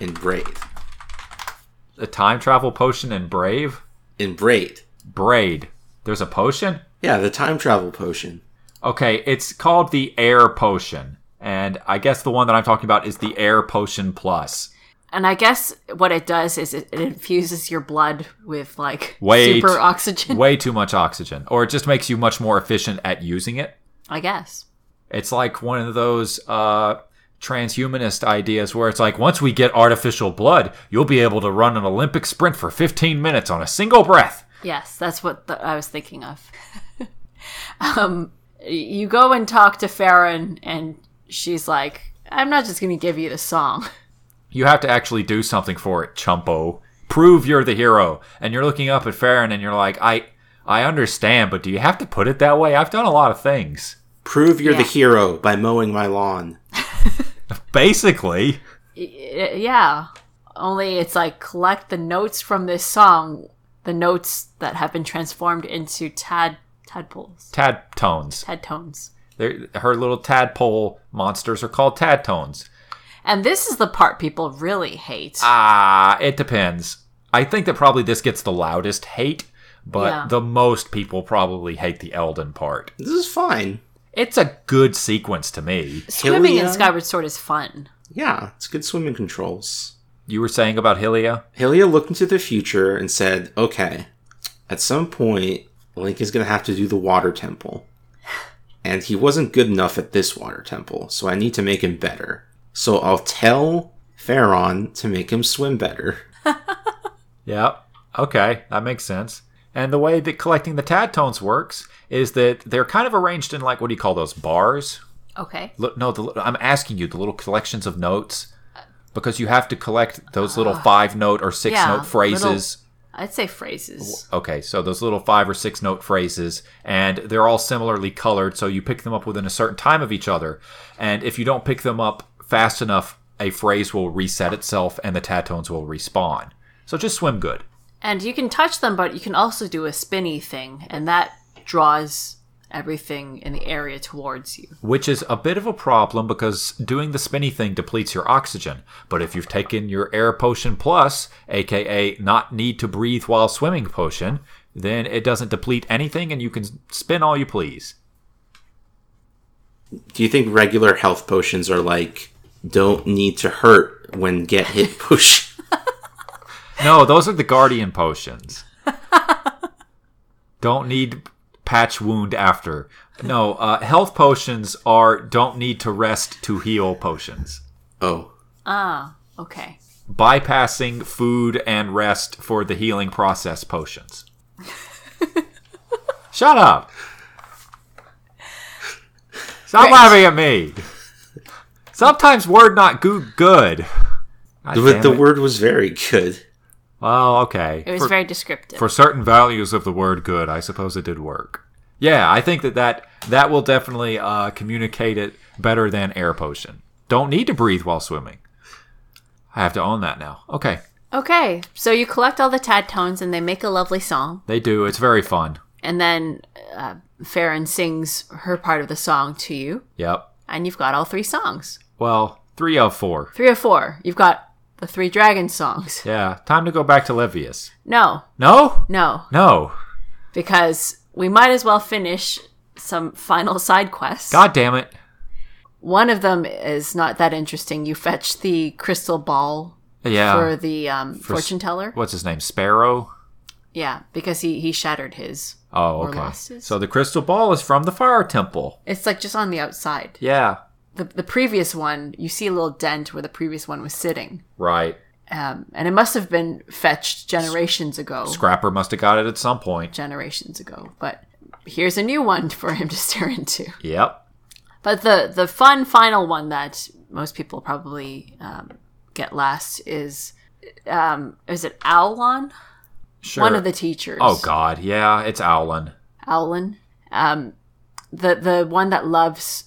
in Braid. a time travel potion in Brave? In Braid. Braid. There's a potion? Yeah, the time travel potion. Okay, it's called the Air Potion, and I guess the one that I'm talking about is the Air Potion Plus. And I guess what it does is it, it infuses your blood with like Wait. super oxygen. Way too much oxygen, or it just makes you much more efficient at using it. I guess. It's like one of those uh, transhumanist ideas where it's like once we get artificial blood, you'll be able to run an Olympic sprint for 15 minutes on a single breath. Yes, that's what the, I was thinking of. um, you go and talk to Farron, and she's like, I'm not just going to give you the song. You have to actually do something for it, chumpo. Prove you're the hero. And you're looking up at Farron and you're like, I, I understand, but do you have to put it that way? I've done a lot of things. Prove you're the Yeah. hero by mowing my lawn. Basically, Y- Yeah. Only it's like collect the notes from this song, the notes that have been transformed into tad tadpoles, tad tones. tad tones. They're, her little tadpole monsters are called tad tones. And this is the part people really hate. Ah, it depends. I think that probably this gets the loudest hate, but Yeah. the most people probably hate the Eldon part. This is fine. It's a good sequence to me. Swimming in Hylia? Skyward Sword is fun. Yeah, it's good swimming controls. You were saying about Hylia? Hylia looked into the future and said, okay, at some point, Link is going to have to do the water temple. And he wasn't good enough at this water temple, so I need to make him better. So I'll tell Pharaon to make him swim better. Yeah. Okay, that makes sense. And the way that collecting the tad tones works is that they're kind of arranged in like what do you call those bars? Okay. Li- No, the, li- I'm asking you the little collections of notes because you have to collect those little five note or six yeah, note phrases. I'd say phrases. Okay, so those little five or six note phrases, and they're all similarly colored, so you pick them up within a certain time of each other. And if you don't pick them up fast enough, a phrase will reset itself and the tatones will respawn. So just swim good. And you can touch them, but you can also do a spinny thing, and that draws everything in the area towards you. Which is a bit of a problem because doing the spinny thing depletes your oxygen. But if you've taken your air potion plus, aka not need to breathe while swimming potion, then it doesn't deplete anything and you can spin all you please. Do you think regular health potions are like, don't need to hurt when get hit push? No, those are the guardian potions. don't need patch wound after. No, uh, health potions are don't need to rest to heal potions. oh, Ah, okay. Bypassing food and rest for the healing process potions. Shut up. Stop laughing at me. Sometimes word not goo good. God but damn the it. word was very good. Well, okay. It was For- very descriptive. for certain values of the word good i suppose it did work yeah i think that that, that will definitely uh, communicate it better than air potion don't need to breathe while swimming i have to own that now okay okay, so you collect all the tad tones, and they make a lovely song, they do it's very fun and then uh, Farron sings her part of the song to you, yep and you've got all three songs. well three of four Three or four. You've got the three dragon songs. yeah time to go back to levius No, no no, no because we might as well finish some final side quests. god damn it One of them is not that interesting. You fetch the crystal ball yeah for the um, fortune teller. what's his name sparrow Yeah, because he he shattered his. oh Or okay lost his. so the crystal ball is from the fire temple It's like just on the outside. yeah The the previous one, you see a little dent where the previous one was sitting. right Um, and it must have been fetched generations ago. scrapper must have got it at some point generations ago, but here's a new one for him to stare into. yep But the the fun final one that most people probably um, get last is um, is it Owlon? Sure. One of the teachers. Oh God, yeah, it's Owlin. Owlin. Um, the the one that loves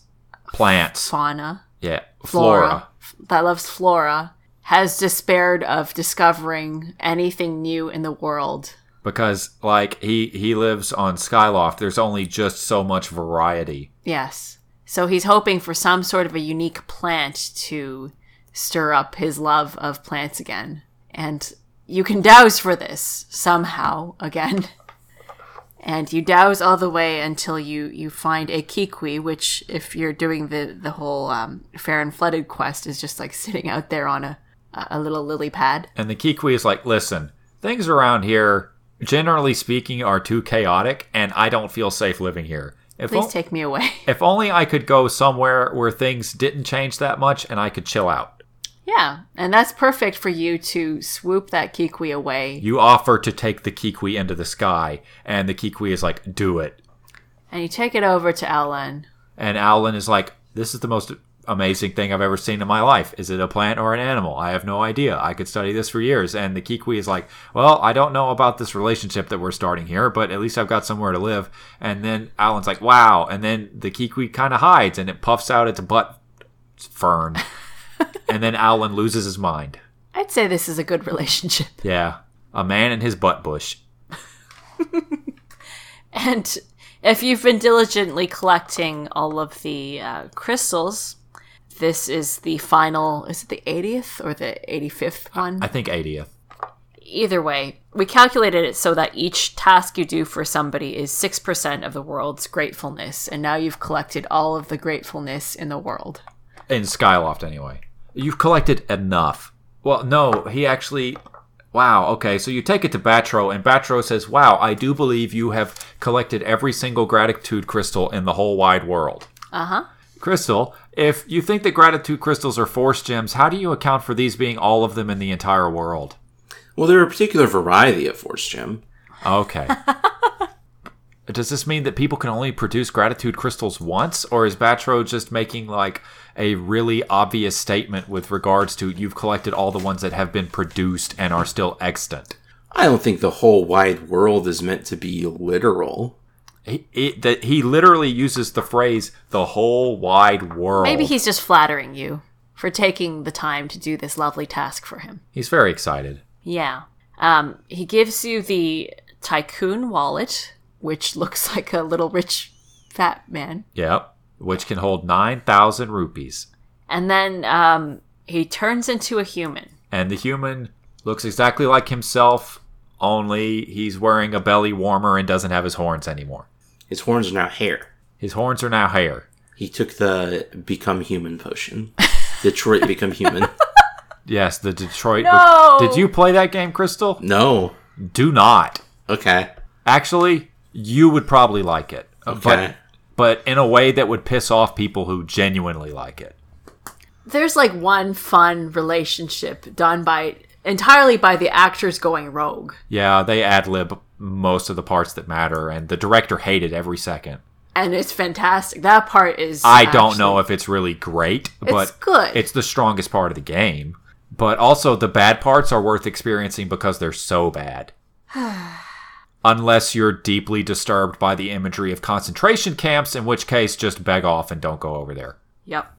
Plants. fauna, Yeah. Flora. flora, f- that loves flora, has despaired of discovering anything new in the world. Because like he he lives on Skyloft. There's only just so much variety. Yes. So he's hoping for some sort of a unique plant to stir up his love of plants again. And you can douse for this somehow again. and you douse all the way until you you find a kikui, which if you're doing the the whole um, fair and flooded quest is just like sitting out there on a a little lily pad. And the Kikui is like, listen, things around here, generally speaking, are too chaotic, and I don't feel safe living here. If, Please o- take me away. if only I could go somewhere where things didn't change that much and I could chill out. yeah, and that's perfect for you to swoop that kikui away, You offer to take the Kikui into the sky, and the Kikui is like, do it. and you take it over to Ellen. And Owlin is like, this is the most amazing thing I've ever seen in my life. Is it a plant or an animal? I have no idea. I could study this for years. And the Kikui is like, well, I don't know about this relationship that we're starting here, but at least I've got somewhere to live. And then Owlin's like, wow. And then the Kikui kind of hides and it puffs out its butt fern. and then Owlin loses his mind. I'd say this is a good relationship. Yeah. A man and his butt bush. And if you've been diligently collecting all of the uh, crystals, this is the final. Is it the 80th or the 85th one? I think 80th. Either way, we calculated it so that each task you do for somebody is 6% of the world's gratefulness. And now you've collected all of the gratefulness in the world. in Skyloft anyway. You've collected enough. Well, no, he actually. Wow, okay, so you take it to Batro, and Batro says, Wow, I do believe you have collected every single gratitude crystal in the whole wide world. Uh huh. Crystal, if you think that gratitude crystals are force gems, how do you account for these being all of them in the entire world? Well, there are a particular variety of Force Gem. Okay. Does this mean that people can only produce gratitude crystals once, or is Batro just making like a really obvious statement with regards to you've collected all the ones that have been produced and are still extant? I don't think the whole wide world is meant to be literal. He, he, that he literally uses the phrase "the whole wide world." Maybe he's just flattering you for taking the time to do this lovely task for him. he's very excited. Yeah. Um, he gives you the tycoon wallet, which looks like a little rich fat man. Yep, which can hold nine thousand rupees, And then um, he turns into a human. and the human looks exactly like himself, only he's wearing a belly warmer and doesn't have his horns anymore. His horns are now hair. His horns are now hair. He took the Become Human potion. Detroit Become Human. Yes, the Detroit. No! Did you play that game, Crystal? No. Do not. Okay. Actually, you would probably like it. Okay. But, but in a way that would piss off people who genuinely like it. There's like one fun relationship done by entirely by the actors going rogue. Yeah, they ad lib most of the parts that matter, and the director hated every second. And it's fantastic. That part is I don't know if it's really great, but good. it's the strongest part of the game. But also, the bad parts are worth experiencing because they're so bad. Unless you're deeply disturbed by the imagery of concentration camps, in which case, just beg off and don't go over there. Yep.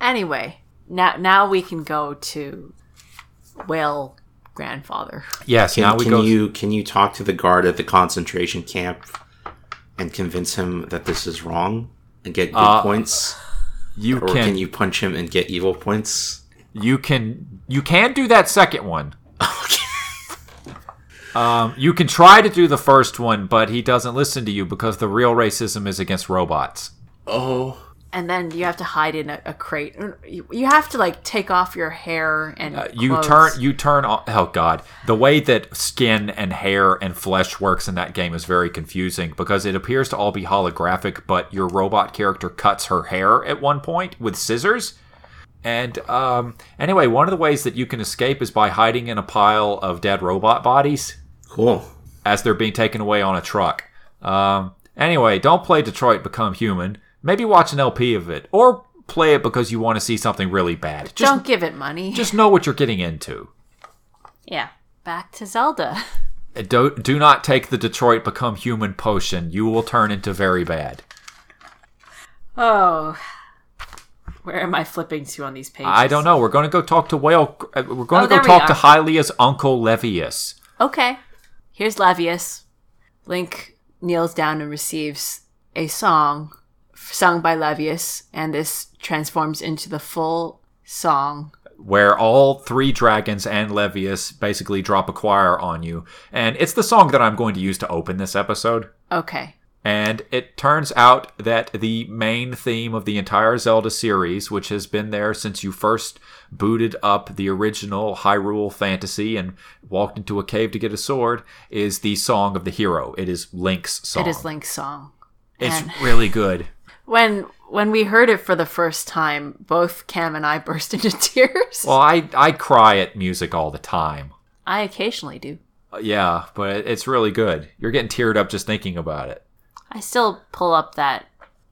Anyway, now now we can go to Will grandfather. Yes, Can, now we can go. you can you talk to the guard at the concentration camp and convince him that this is wrong and get good Uh, points? you Or can, can you, you punch him and get evil points? can you can do that second one. Um, you can try to do the first one, but he doesn't listen to you because the real racism is against robots. Oh. And then you have to hide in a, a crate. You, you have to like take off your hair and Uh, you clothes. turn you turn on oh god the way that skin and hair and flesh works in that game is very confusing because it appears to all be holographic but your robot character cuts her hair at one point with scissors and um, anyway one of the ways that you can escape is by hiding in a pile of dead robot bodies Cool. as they're being taken away on a truck um, anyway don't play detroit become human maybe watch an lp of it or play it because you want to see something really bad just, Don't give it money. just know what you're getting into yeah. Back to Zelda. Do, do not take the Detroit Become Human potion. You will turn into very bad. Oh. Where am I flipping to on these pages? I don't know. We're going to go talk to Whale. uh, We're going Oh, to there go we talk to are. Hylia's uncle Levius. Okay. Here's Lavius. Link kneels down and receives a song f- sung by Lavius, and this transforms into the full song where all three dragons and Levius basically drop a choir on you. And it's the song that I'm going to use to open this episode. Okay. And it turns out that the main theme of the entire Zelda series, which has been there since you first booted up the original Hyrule Fantasy and walked into a cave to get a sword, is the song of the hero. It is Link's song. It is Link's song. It's And- really good. When when we heard it for the first time, both Cam and I burst into tears. Well, I, I cry at music all the time. I occasionally do. Uh, Yeah, but it- it's really good. You're getting teared up just thinking about it. I still pull up that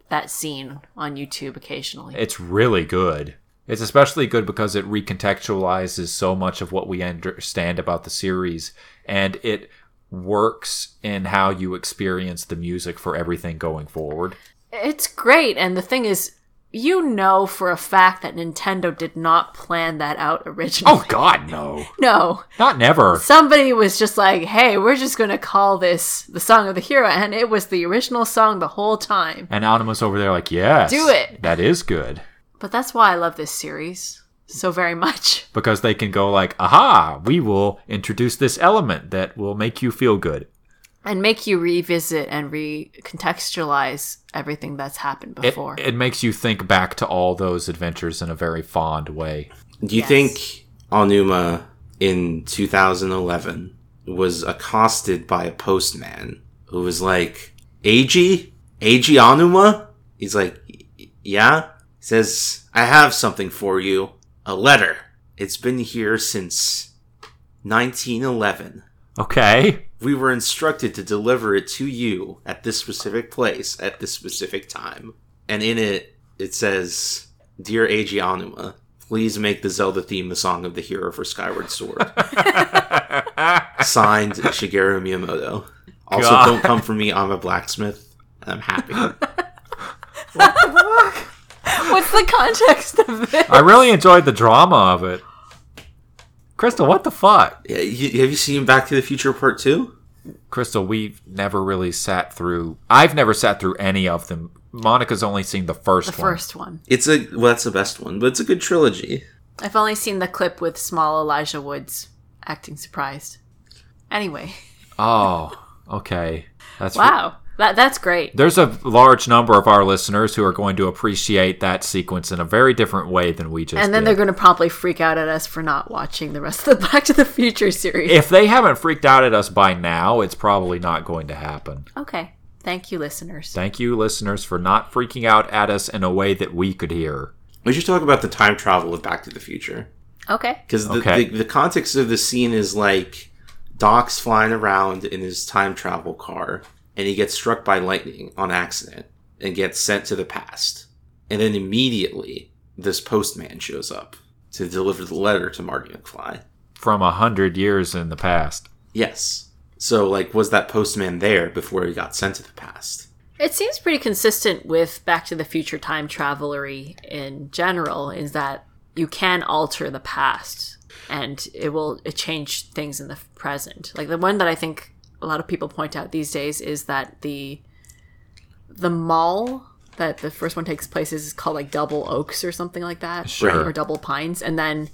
that scene on YouTube occasionally. It's really good. It's especially good because it recontextualizes so much of what we understand about the series, and it works in how you experience the music for everything going forward. It's great, and the thing is, you know for a fact that Nintendo did not plan that out originally. Oh, God, no. No, Not never. somebody was just like, "Hey, we're just gonna call this the song of the hero," and it was the original song the whole time. And Animus over there, like, yes. Do it. That is good. But that's why I love this series so very much. Because they can go, like, aha, we will introduce this element that will make you feel good. and make you revisit and recontextualize everything that's happened It, before. it makes you think back to all those adventures in a very fond way. Do you Yes. think Onuma in 2011 was accosted by a postman who was like, Eiji? Eiji Onuma? He's like, "Y- yeah? He says, I have something for you. A letter. It's been here since 1911. Okay. We were instructed to deliver it to you at this specific place at this specific time. And in it, it says, Dear Eiji Onuma, please make the Zelda theme the song of the hero for Skyward Sword. Signed, Shigeru Miyamoto. Also, God. don't come for me, I'm a blacksmith. I'm happy. What's the context of this? I really enjoyed the drama of it. Crystal, what the fuck? Yeah, you- Have you seen Back to the Future Part 2? Crystal, we've never really sat through. I've never sat through any of them. Monica's only seen the first The one. first one. It's a, well, that's the best one, but it's a good trilogy. I've only seen the clip with small Elijah Woods acting surprised. Anyway, Oh, okay. That's wow, that that's great. There's a large number of our listeners who are going to appreciate that sequence in a very different way than we just And then did. they're going to probably freak out at us for not watching the rest of the Back to the Future series. If they haven't freaked out at us by now, it's probably not going to happen. okay, thank you, listeners. Thank you, listeners, for not freaking out at us in a way that we could hear. We should talk about the time travel of Back to the Future. Okay, because the, Okay. the, the context of the scene is like doc's flying around in his time travel car and he gets struck by lightning on accident and gets sent to the past and then immediately this postman shows up to deliver the letter to marty mcfly From a hundred years in the past. yes so like was that postman there before he got sent to the past It seems pretty consistent with Back to the Future time travelry in general, is that you can alter the past and it will change things in the present. Like the one that I think a lot of people point out these days is that the the mall that the first one takes place is called like Double Oaks or something like that, Sure. or Double Pines, and then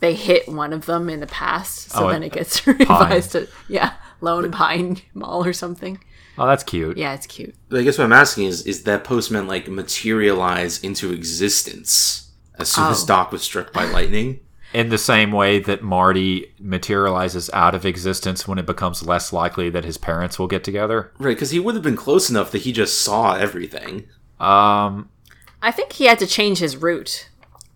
they hit one of them in the past, so Oh, then it- it gets revised to yeah, Lone Pine Mall or something. Oh, that's cute. Yeah, it's cute. but i guess what i'm asking is is that postman like materialize into existence as soon as Oh. doc was struck by lightning In the same way that Marty materializes out of existence when it becomes less likely that his parents will get together. Right, because he would have been close enough that he just saw everything. Um, I think he had to change his route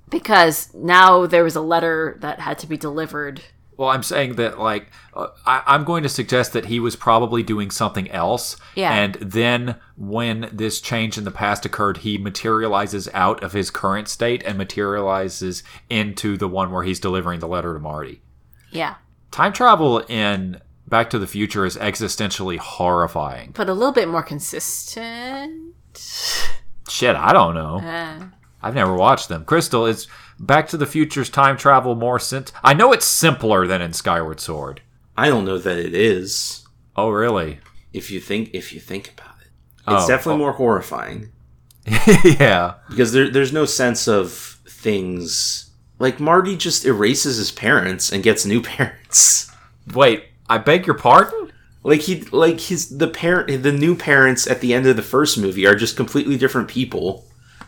because now there was a letter that had to be delivered. well, I'm saying that, like, uh, I, I'm going to suggest that he was probably doing something else. Yeah. And then when this change in the past occurred, he materializes out of his current state and materializes into the one where he's delivering the letter to Marty. Yeah. Time travel in Back to the Future is existentially horrifying. But a little bit more consistent. Shit, I don't know. Uh, I've never watched them. Crystal, is Back to the Future's time travel more sent? I know it's simpler than in Skyward Sword. I don't know that it is. Oh, really? If you think, if you think about it, it's Oh, definitely oh. more horrifying yeah. because there, there's no sense of things Like Marty just erases his parents and gets new parents. Wait, I beg your pardon? Like he like his the parent the new parents at the end of the first movie are just completely different people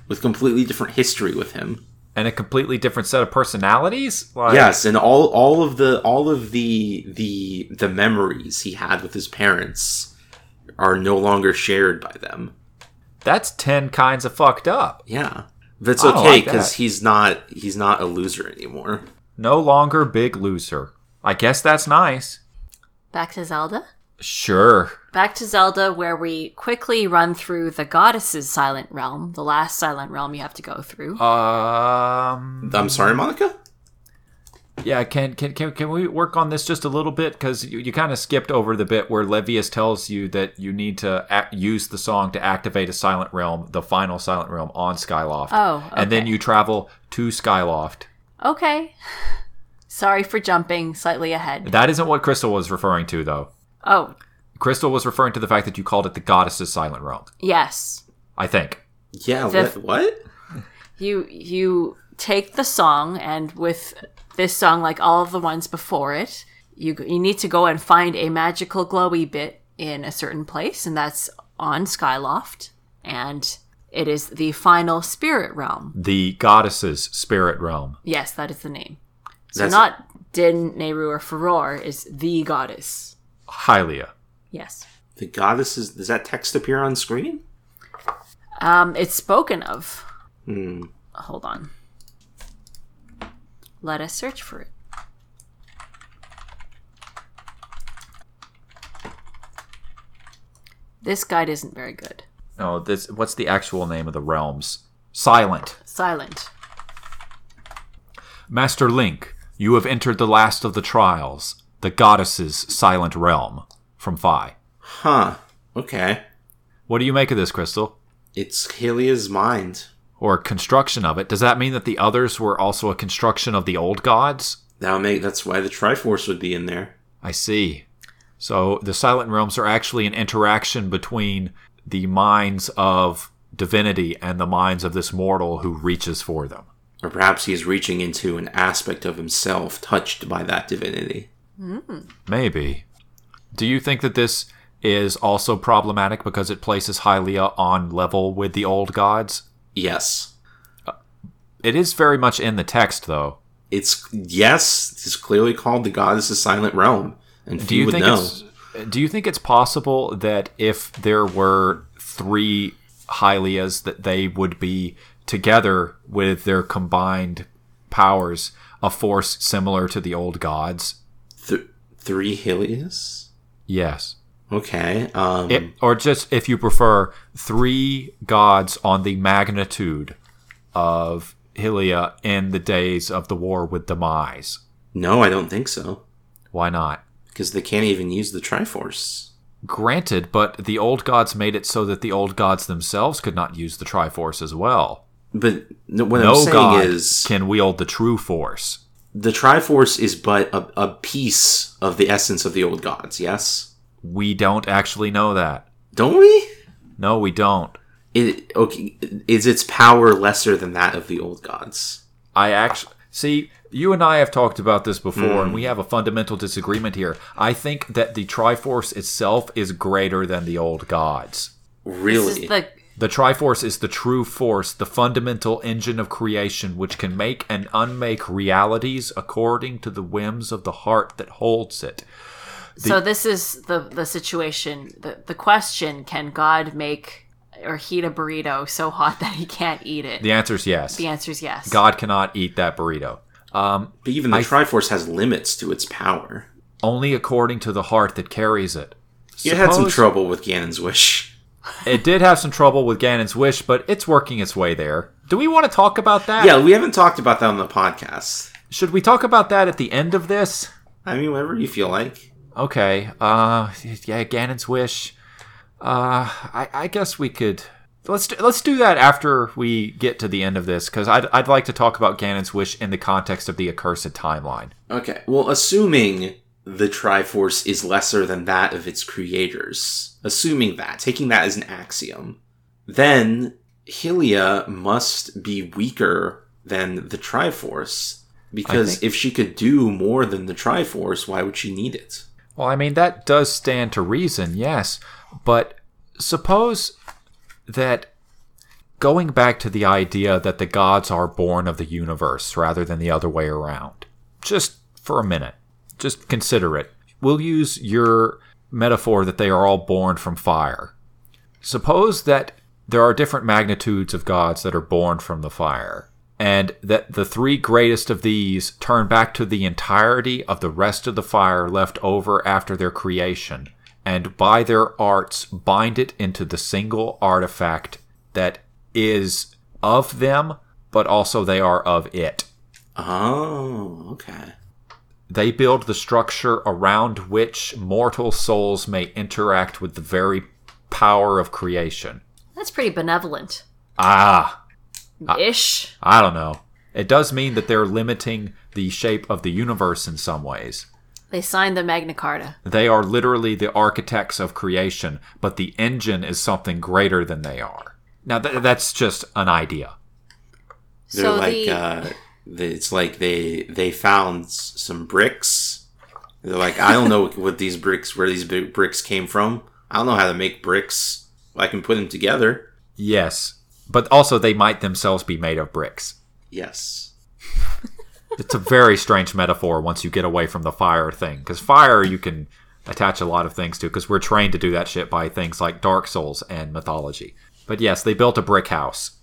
with completely different history with him. And a completely different set of personalities? Like, yes, and all all of the all of the the the memories he had with his parents are no longer shared by them. That's 10 kinds of fucked up. Yeah. That's I don't okay like that. cuz he's not he's not a loser anymore. No longer big loser. I guess that's nice. Back to Zelda. Sure. Back to Zelda, where we quickly run through the goddess's silent realm, the last silent realm you have to go through. Um I'm sorry, Monica? yeah, can can can, can we work on this just a little bit cuz you, you kind of skipped over the bit where Levius tells you that you need to ac use the song to activate a silent realm, the final silent realm on Skyloft. Oh, And then okay. you travel to Skyloft. okay. Sorry for jumping slightly ahead. That isn't what Crystal was referring to though. Oh, Crystal was referring to the fact that you called it the goddess's silent realm. yes. I think. Yeah, Fifth- what, what? You you take the song and with this song like all of the ones before it, you you need to go and find a magical glowy bit in a certain place and that's on Skyloft and it is the final spirit realm. The goddess's spirit realm. Yes, that is the name. So That's- not Din, Nehru, or Feror is the goddess. Hylia. Yes. The goddesses does that text appear on screen? Um, it's spoken of. Hmm. Hold on. Let us search for it. This guide isn't very good. Oh, this what's the actual name of the realms? Silent. Silent. Master Link, you have entered the last of the trials, the goddess's silent realm. From Phi. Huh. Okay. What do you make of this, Crystal? It's Hylia's mind. Or construction of it. Does that mean that the others were also a construction of the old gods? That'll make that's why the Triforce would be in there. I see. So the silent realms are actually an interaction between the minds of divinity and the minds of this mortal who reaches for them. Or perhaps he is reaching into an aspect of himself touched by that divinity. Maybe. Do you think that this is also problematic because it places Hylia on level with the old gods? Yes. It is very much in the text, though. It's yes, it's clearly called the goddess of silent realm. And Do you would think know. it's do you think it's possible that if there were three Hylias that they would be together with their combined powers a force similar to the old gods? Th- three Hylias? Yes. Okay. Um It, or just if you prefer, three gods on the magnitude of Hylia in the days of the war with Demise. no, I don't think so. Why not? Because they can't even use the Triforce. Granted, but the old gods made it so that the old gods themselves could not use the Triforce as well. But no, what I'm no saying god is can wield the true force. the Triforce is but a, a piece of the essence of the old gods, yes? We don't actually know that. Don't we? No, we don't. It, okay, is its power lesser than that of the old gods? I actually see you and I have talked about this before, Hmm. and we have a fundamental disagreement here. I think that the Triforce itself is greater than the old gods. This Really? is the The Triforce is the true force, the fundamental engine of creation, which can make and unmake realities according to the whims of the heart that holds it. so this is the the situation. The the question: Can God make or heat a burrito so hot that he can't eat it? The answer is yes. the answer is yes. God cannot eat that burrito. Um, but even the Triforce has limits to its power. only according to the heart that carries it. It had some Suppose- trouble with Ganon's wish. It did have some trouble with Ganon's wish, but it's working its way there. Do we want to talk about that? Yeah, we haven't talked about that on the podcast. Should we talk about that at the end of this? I mean, whatever you feel like. Okay. Uh, yeah, Ganon's wish. Uh, I, I guess we could. Let's do, let's do that after we get to the end of this, because I'd, I'd like to talk about Ganon's wish in the context of the accursed timeline. Okay. Well, assuming the Triforce is lesser than that of its creators, assuming that, taking that as an axiom, then Hylia must be weaker than the Triforce. Because if she could do more than the Triforce, why would she need it? Well, I mean, that does stand to reason, yes. But suppose that going back to the idea that the gods are born of the universe rather than the other way around, just for a minute, just consider it. We'll use your metaphor that they are all born from fire. Suppose that there are different magnitudes of gods that are born from the fire, and that the three greatest of these turn back to the entirety of the rest of the fire left over after their creation, and by their arts bind it into the single artifact that is of them, but also they are of it. Oh, okay. They build the structure around which mortal souls may interact with the very power of creation. That's pretty benevolent Ah, ish. I don't know. It does mean that they're limiting the shape of the universe in some ways. They signed the Magna Carta. They are literally the architects of creation, but the engine is something greater than they are. Now, th- that's just an idea. They're so like the uh, they, it's like they they found s- some bricks. They're like, I don't know what these bricks, where these big bricks came from. I don't know how to make bricks. I can put them together. Yes, but also they might themselves be made of bricks. Yes. It's a very strange metaphor once you get away from the fire thing, because fire you can attach a lot of things to, because we're trained to do that shit by things like Dark Souls and mythology. But yes, they built a brick house,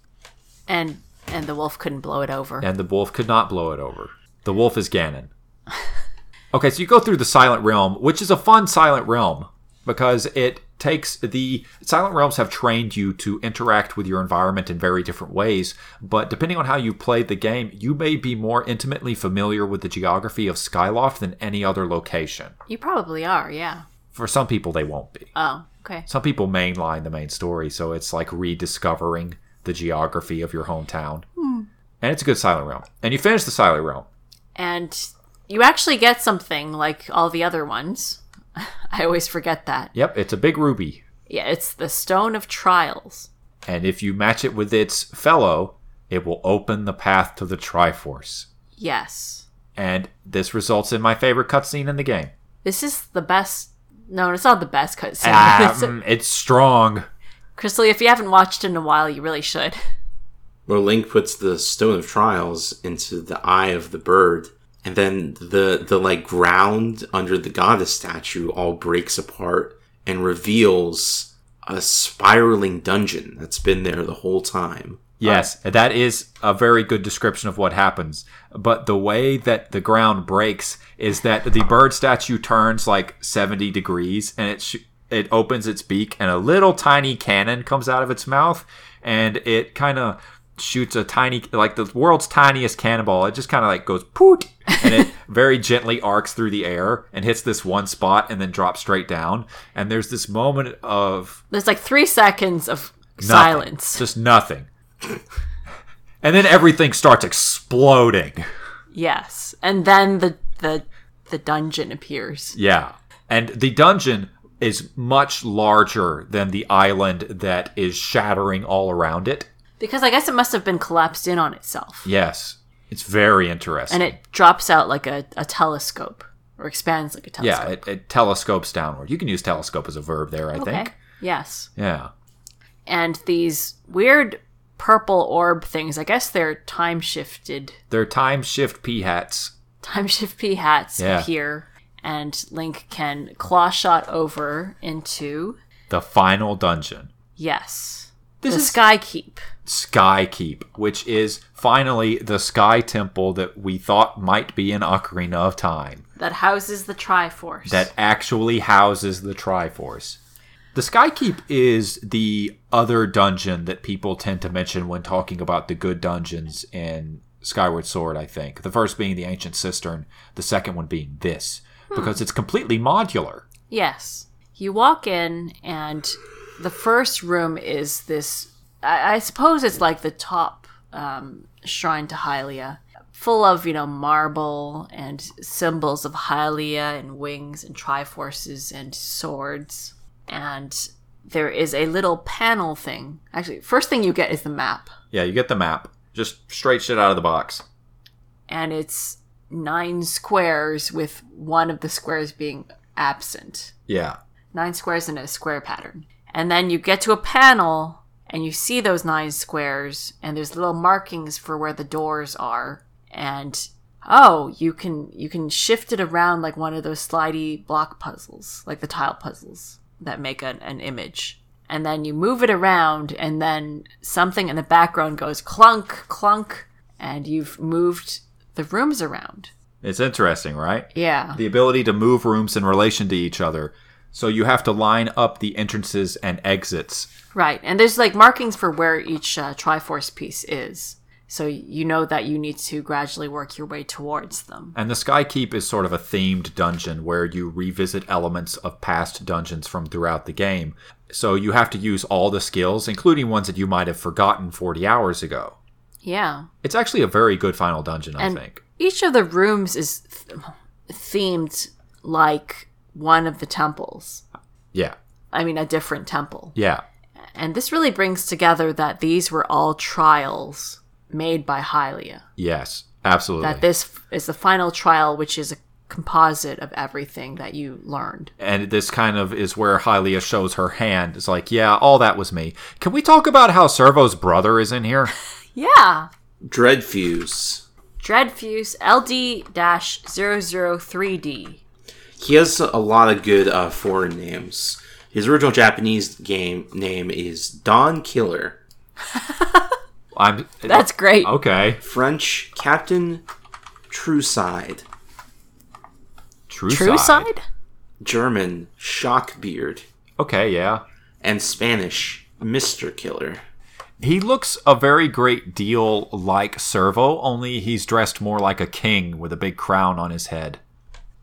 and and the wolf couldn't blow it over. and the wolf could not blow it over. The wolf is Ganon. Okay, so you go through the Silent Realm, which is a fun Silent Realm because it takes the Silent Realms have trained you to interact with your environment in very different ways, but depending on how you played the game, you may be more intimately familiar with the geography of Skyloft than any other location. You probably are, yeah. For some people they won't be. Oh, okay. Some people mainline the main story, so it's like rediscovering the geography of your hometown. And it's a good Silent Realm. And you finish the Silent Realm. And you actually get something like all the other ones. I always forget that. Yep, it's a big ruby. Yeah, it's the Stone of Trials. And if you match it with its fellow, it will open the path to the Triforce. Yes. And this results in my favorite cutscene in the game. This is the best. No, it's not the best cutscene. Ah, mm, it's strong. Crystal, if you haven't watched it in a while, you really should. where Link puts the stone of trials into the eye of the bird, and then the the like ground under the goddess statue all breaks apart and reveals a spiraling dungeon that's been there the whole time. Yes, that is a very good description of what happens. But the way that the ground breaks is that the bird statue turns like 70 degrees and it sh- it opens its beak and a little tiny cannon comes out of its mouth and it kind of shoots a tiny like the world's tiniest cannonball. It just kind of like goes poot and it very gently arcs through the air and hits this one spot and then drops straight down. And there's this moment of There's like three seconds of Nothing. silence. Just nothing. and then everything starts exploding. Yes. And then the the the dungeon appears. Yeah. And the dungeon is much larger than the island that is shattering all around it. Because I guess it must have been collapsed in on itself. Yes. It's very interesting. And it drops out like a, a telescope. Or expands like a telescope. yeah, it, it telescopes downward. You can use telescope as a verb there, I Okay. think. Yes. Yeah. And these weird purple orb things, I guess they're time shifted. They're time shift p hats. Time shift P hats Yeah. appear. And Link can claw shot over into The final dungeon. yes. This the is- sky keep. Skykeep, which is finally the sky temple that we thought might be in Ocarina of Time. that houses the Triforce. that actually houses the Triforce. The Skykeep is the other dungeon that people tend to mention when talking about the good dungeons in Skyward Sword, I think. The first being the Ancient Cistern, the second one being this, because it's completely modular. yes, you walk in, and the first room is this. I, I suppose it's like the top um, shrine to Hylia, full of you know marble and symbols of Hylia and wings and Triforces and swords. And there is a little panel thing. Actually, first thing you get is the map. Yeah, you get the map. Just straight shit out of the box. and it's nine squares with one of the squares being absent. Yeah. Nine squares in a square pattern. And then you get to a panel and you see those nine squares and there's little markings for where the doors are and oh, you can you can shift it around like one of those slidey block puzzles, like the tile puzzles that make an, an image. And then you move it around and then something in the background goes clunk, clunk, and you've moved the rooms around. It's interesting, right? Yeah. the ability to move rooms in relation to each other. So you have to line up the entrances and exits. Right, and there's like markings for where each uh, Triforce piece is, so you know that you need to gradually work your way towards them. And the Skykeep is sort of a themed dungeon where you revisit elements of past dungeons from throughout the game. So you have to use all the skills, including ones that you might have forgotten 40 hours ago. Yeah, It's actually a very good final dungeon, I And- think. each of the rooms is th- themed like one of the temples. Yeah. I mean, a different temple. Yeah. And this really brings together that these were all trials made by Hylia. Yes. Absolutely. That this f- is the final trial, which is a composite of everything that you learned. and this kind of is where Hylia shows her hand. It's like, yeah, all that was me. Can we talk about how Servo's brother is in here? Yeah. Dreadfuse. Dreadfuse LD-003D. He has a lot of good uh, foreign names. His original Japanese game name is Don Killer. I'm That's great. Okay. French Captain Trueside. True, True side? German Shockbeard. Okay, yeah. And Spanish Mr. Killer. He looks a very great deal like Servo, only he's dressed more like a king with a big crown on his head.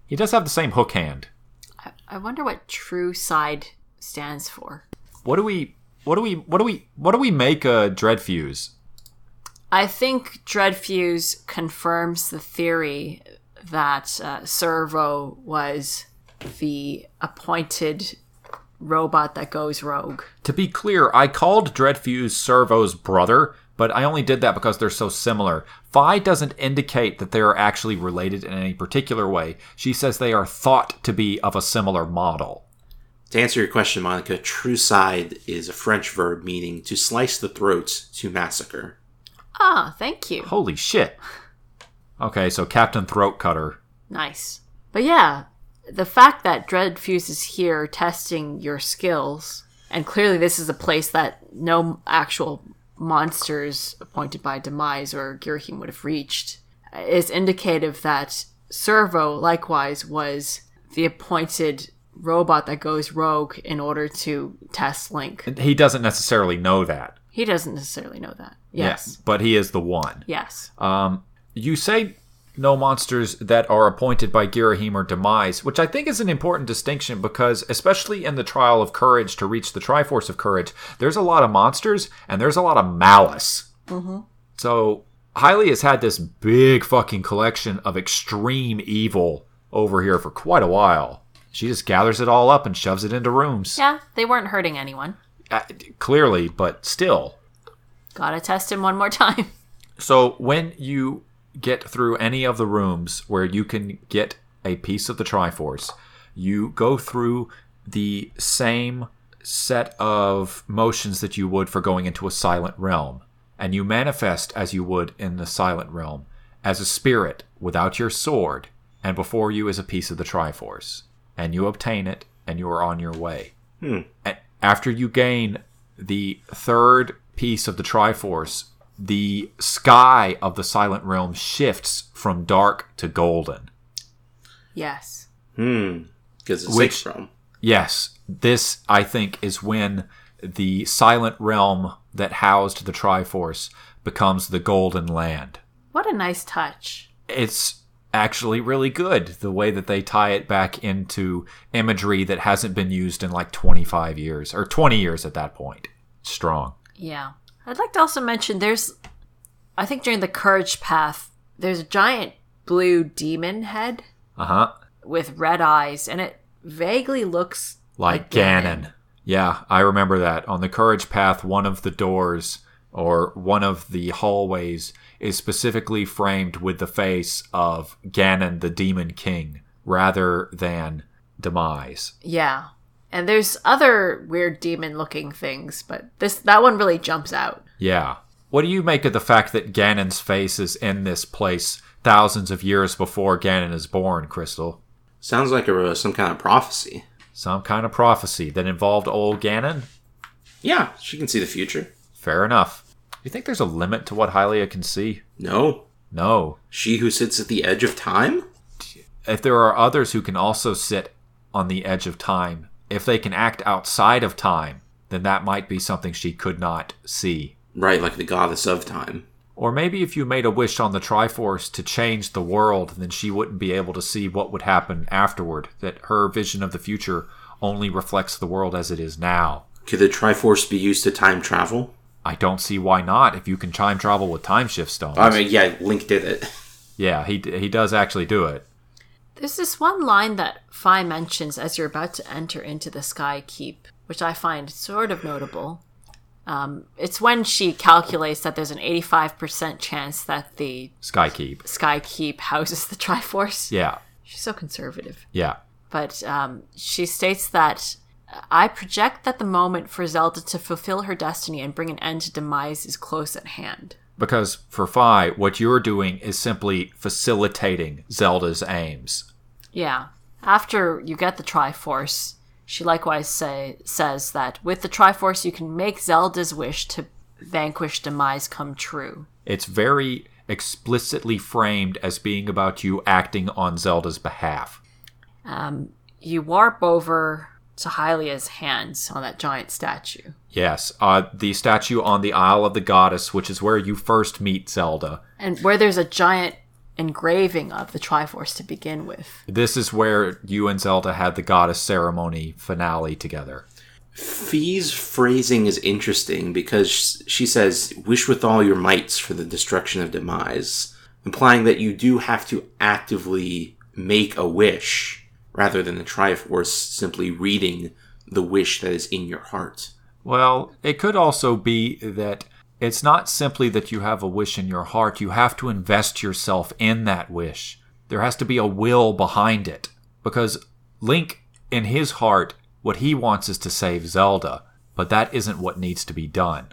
He does have the same hook hand. I- I wonder what true side stands for. What do we what do we what do we what do we make a Dreadfuse? I think Dreadfuse confirms the theory that uh, Servo was the appointed robot that goes rogue. To be clear, I called Dreadfuse Servo's brother, but I only did that because they're so similar. Phi doesn't indicate that they are actually related in any particular way. She says they are thought to be of a similar model. To answer your question, Monica, Trueside is a French verb meaning to slice the throat, to massacre. Ah, thank you. Holy shit. Okay, so Captain Throat Cutter. Nice. But yeah, the fact that Dreadfuse is here testing your skills, and clearly this is a place that no actual monsters appointed by Demise or Girhim would have reached, is indicative that Servo likewise was the appointed robot that goes rogue in order to test Link. He doesn't necessarily know that. He doesn't necessarily know that. Yes. Yeah, but he is the one. Yes. Um, you say no monsters that are appointed by Girahim or Demise, which I think is an important distinction because, especially in the Trial of Courage to reach the Triforce of Courage, there's a lot of monsters and there's a lot of malice. So, Hylia has had this big fucking collection of extreme evil over here for quite a while. She just gathers it all up and shoves it into rooms. Yeah, they weren't hurting anyone. Uh, clearly, but still. Gotta test him one more time. So when you get through any of the rooms where you can get a piece of the Triforce, you go through the same set of motions that you would for going into a silent realm, and you manifest as you would in the silent realm as a spirit without your sword, and before you is a piece of the Triforce, and you obtain it, and you are on your way. And after you gain the third piece of the Triforce, the sky of the Silent Realm shifts from dark to golden. Yes. Hmm. Because it's Which- Which... from. Yes, this, I think, is when the Silent Realm that housed the Triforce becomes the Golden Land. What a nice touch. It's actually really good the way that they tie it back into imagery that hasn't been used in like 25 years or 20 years at that point. Strong. Yeah. I'd like to also mention there's, I think during the Courage Path, there's a giant blue demon head Uh huh. with red eyes, and it vaguely looks like Ganon. Yeah, I remember that. On the Courage Path, one of the doors or one of the hallways is specifically framed with the face of Ganon the Demon King rather than Demise. Yeah. And there's other weird demon looking things, but this that one really jumps out. Yeah. What do you make of the fact that Ganon's face is in this place thousands of years before Ganon is born, Crystal? Sounds like a, uh, some kind of prophecy. Some kind of prophecy that involved old Ganon? Yeah, she can see the future. Fair enough. Do you think there's a limit to what Hylia can see? No. No. She who sits at the edge of time? If there are others who can also sit on the edge of time, if they can act outside of time, then that might be something she could not see. Right, like the goddess of time. Or maybe if you made a wish on the Triforce to change the world, then she wouldn't be able to see what would happen afterward, that her vision of the future only reflects the world as it is now. Could the Triforce be used to time travel? I don't see why not if you can time travel with time shift stones. I mean, yeah, Link did it. yeah, he, he does actually do it. There's this one line that Fi mentions as you're about to enter into the Sky Keep, which I find sort of notable. Um, it's when she calculates that there's an 85% chance that the Skykeep. Sky Keep houses the Triforce. Yeah, She's so conservative. yeah. But um, she states that uh, I project that the moment for Zelda to fulfill her destiny and bring an end to demise is close at hand. Because for Phi, what you're doing is simply facilitating Zelda's aims. Yeah. After you get the Triforce, she likewise say, says that with the Triforce, you can make Zelda's wish to vanquish demise come true. It's very explicitly framed as being about you acting on Zelda's behalf. Um, you warp over to Hylia's hands on that giant statue. Yes, uh, the statue on the Isle of the Goddess, which is where you first meet Zelda. And where there's a giant engraving of the Triforce to begin with. This is where you and Zelda had the Goddess ceremony finale together. Fee's phrasing is interesting because she says, wish with all your mights for the destruction of demise, implying that you do have to actively make a wish rather than the Triforce simply reading the wish that is in your heart. Well, it could also be that it's not simply that you have a wish in your heart, you have to invest yourself in that wish. There has to be a will behind it. Because Link, in his heart, what he wants is to save Zelda, but that isn't what needs to be done.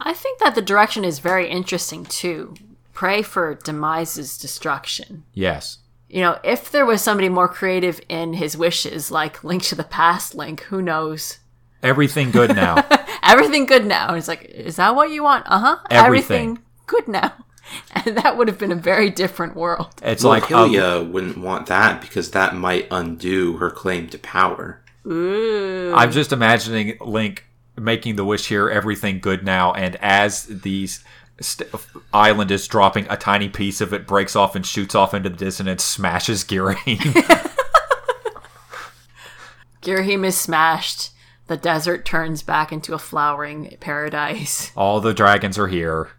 I think that the direction is very interesting too. Pray for demise's destruction. Yes, you know, if there was somebody more creative in his wishes, like Link to the Past, Link, who knows? everything good now. Everything good now. And it's like, is that what you want? Uh huh. Everything. good now. And that would have been a very different world. It's Well, like um, Hylia wouldn't want that because that might undo her claim to power. Ooh. I'm just imagining Link making the wish here, everything good now, and as the st- island is dropping, a tiny piece of it breaks off and shoots off into the distance and smashes Girahim. Girahim is smashed. The desert turns back into a flowering paradise. All the dragons are here.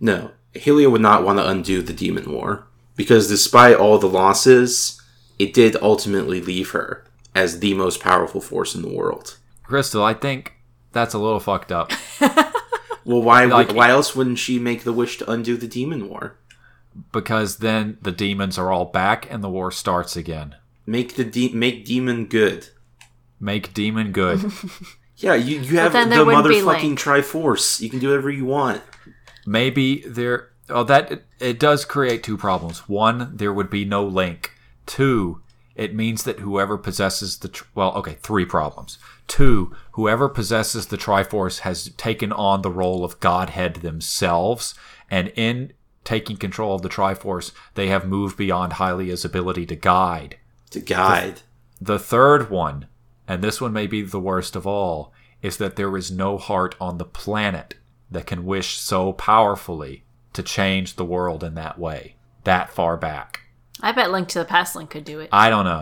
No, Hylia would not want to undo the Demon War because despite all the losses, it did ultimately leave her as the most powerful force in the world. Crystal, I think that's a little fucked up. Well, why Like- why else wouldn't she make the wish to undo the Demon War? Because then the demons are all back and the war starts again. Make the de- make demon good. Make demon good. Yeah, you, you have the then there wouldn't be motherfucking Link. Triforce. You can do whatever you want. maybe there oh that it does create two problems one there would be no link two it means that whoever possesses the tr- well okay three problems two whoever possesses the triforce has taken on the role of godhead themselves and in taking control of the triforce they have moved beyond hylia's ability to guide To guide. the third one, and this one may be the worst of all, is that there is no heart on the planet that can wish so powerfully to change the world in that way, that far back. I bet Link to the Past Link could do it. I don't know.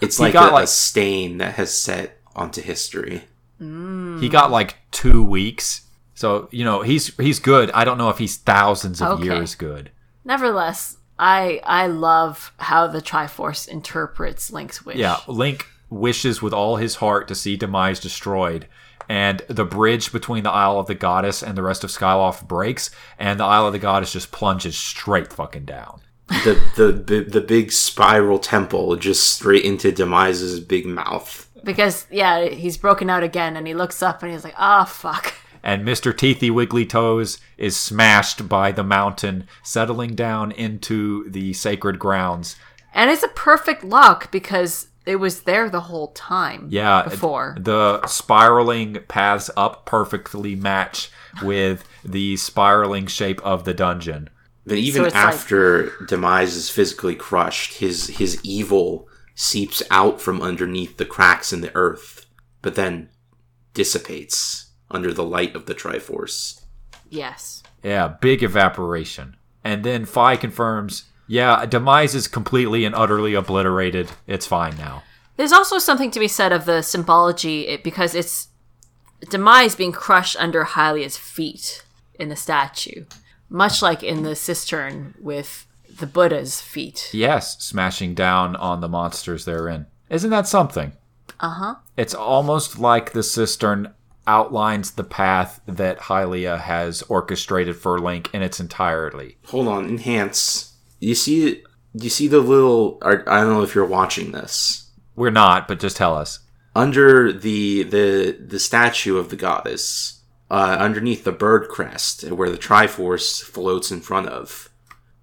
It's He like, got, a, like- a stain that has set onto history. Hmm. he got like two weeks. So, you know, he's he's good. I don't know if he's thousands of Okay. years good. Nevertheless, I I love how the Triforce interprets Link's wish. Yeah, Link wishes with all his heart to see Demise destroyed, and the bridge between the Isle of the Goddess and the rest of Skyloft breaks, and the Isle of the Goddess just plunges straight fucking down. the, the the the big spiral temple just straight into Demise's big mouth. Because yeah, he's broken out again, and he looks up and he's like, "Ah, fuck." And Mr. Teethy Wiggly Toes is smashed by the mountain, settling down into the sacred grounds. And it's a perfect lock because it was there the whole time. Yeah, before the spiraling paths up perfectly match with the spiraling shape of the dungeon. But even it's like- after Demise is physically crushed, his his evil seeps out from underneath the cracks in the earth, but then dissipates under the light of the Triforce. yes, Yeah, big evaporation. And then Phi confirms, yeah, Demise is completely and utterly obliterated. It's fine now. there's also something to be said of the symbology it, because it's demise being crushed under Hylia's feet in the statue, much like in the cistern with the Buddha's feet. Yes, smashing down on the monsters therein. Isn't that something? Uh huh. It's almost like the cistern outlines the path that Hylia has orchestrated for Link in its entirety. Hold on, enhance. You see, you see the little. Or, I don't know if you're watching this. We're not, but just tell us. under the the the statue of the goddess, uh, underneath the bird crest, where the Triforce floats in front of,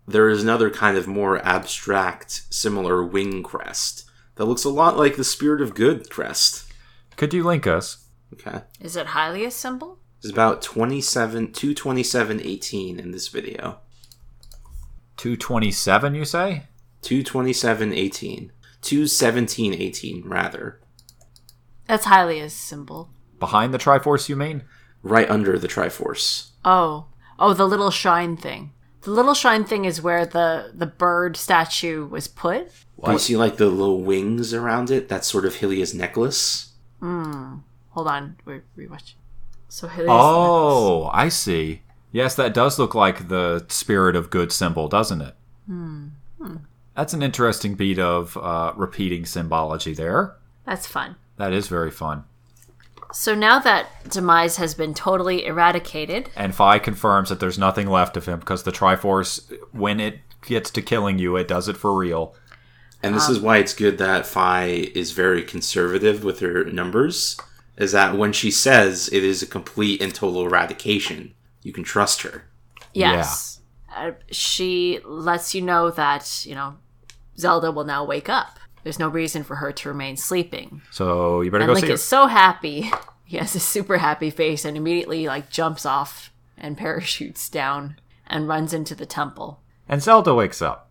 there is another kind of more abstract, similar wing crest that looks a lot like the Spirit of Good crest. Could you link us? Okay, Is it Hylia's symbol? it's about 27, 227, 18 in this video. 227, you say? 227, 18. 217, 18, rather. That's Hylia's symbol. Behind the Triforce, you mean? Right under the Triforce. Oh, oh, the little shine thing. The little shine thing is where the the bird statue was put. You see, like, the little wings around it? That's sort of Hylia's necklace. Hold on, we're rewatching. So Hylia's Oh, I see. Yes, that does look like the spirit of good symbol, doesn't it? That's an interesting beat of uh, repeating symbology there. that's fun. That is very fun. So now that demise has been totally eradicated, And Phi confirms that there's nothing left of him because the Triforce, when it gets to killing you, it does it for real. And this is why it's good that Phi is very conservative with her numbers, is that when she says it is a complete and total eradication, you can trust her. yes, uh, she lets you know that you know Zelda will now wake up. There's no reason for her to remain sleeping. So you better And go Link see is it. so happy. He has a super happy face and immediately like jumps off and parachutes down and runs into the temple. And Zelda wakes up.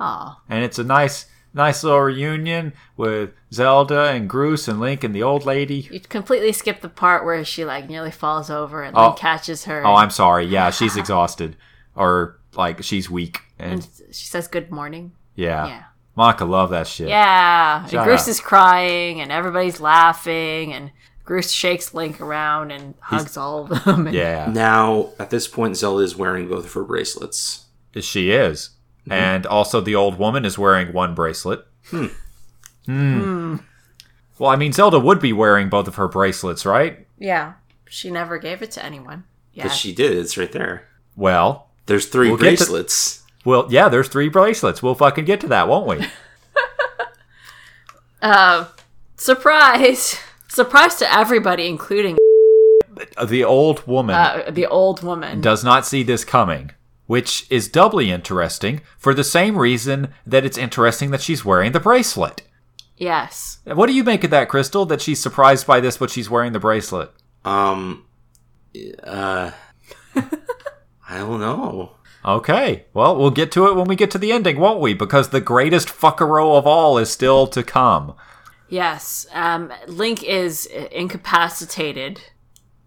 Aw. And it's a nice, nice little reunion with Zelda and Groose and Link and the old lady. You completely skip the part where she like nearly falls over and Oh. Link catches her. Oh, I'm sorry. Yeah, she's exhausted, or like she's weak, and and she says good morning. yeah, Yeah. Maka love that shit. Yeah. Shut And Groose up. is crying and everybody's laughing and Groose shakes Link around and hugs all of them. And yeah, Now, at this point, Zelda is wearing both of her bracelets. she is, and also the old woman is wearing one bracelet. Mm-hmm. Hmm. Well, I mean, Zelda would be wearing both of her bracelets, right? yeah. She never gave it to anyone. Yeah. But she did, it's right there. Well, There's 3 We'll get to- bracelets. well, yeah. There's three bracelets. We'll fucking get to that, won't we? Uh, surprise. Surprise to everybody, including the old woman uh, the old woman. does not see this coming, which is doubly interesting for the same reason that it's interesting that she's wearing the bracelet. yes. What do you make of that, Crystal? That she's surprised by this, but she's wearing the bracelet. Um, uh, I don't know. Okay, well, we'll get to it when we get to the ending, won't we? Because the greatest fuckero of all is still to come. Yes. Um, Link is incapacitated,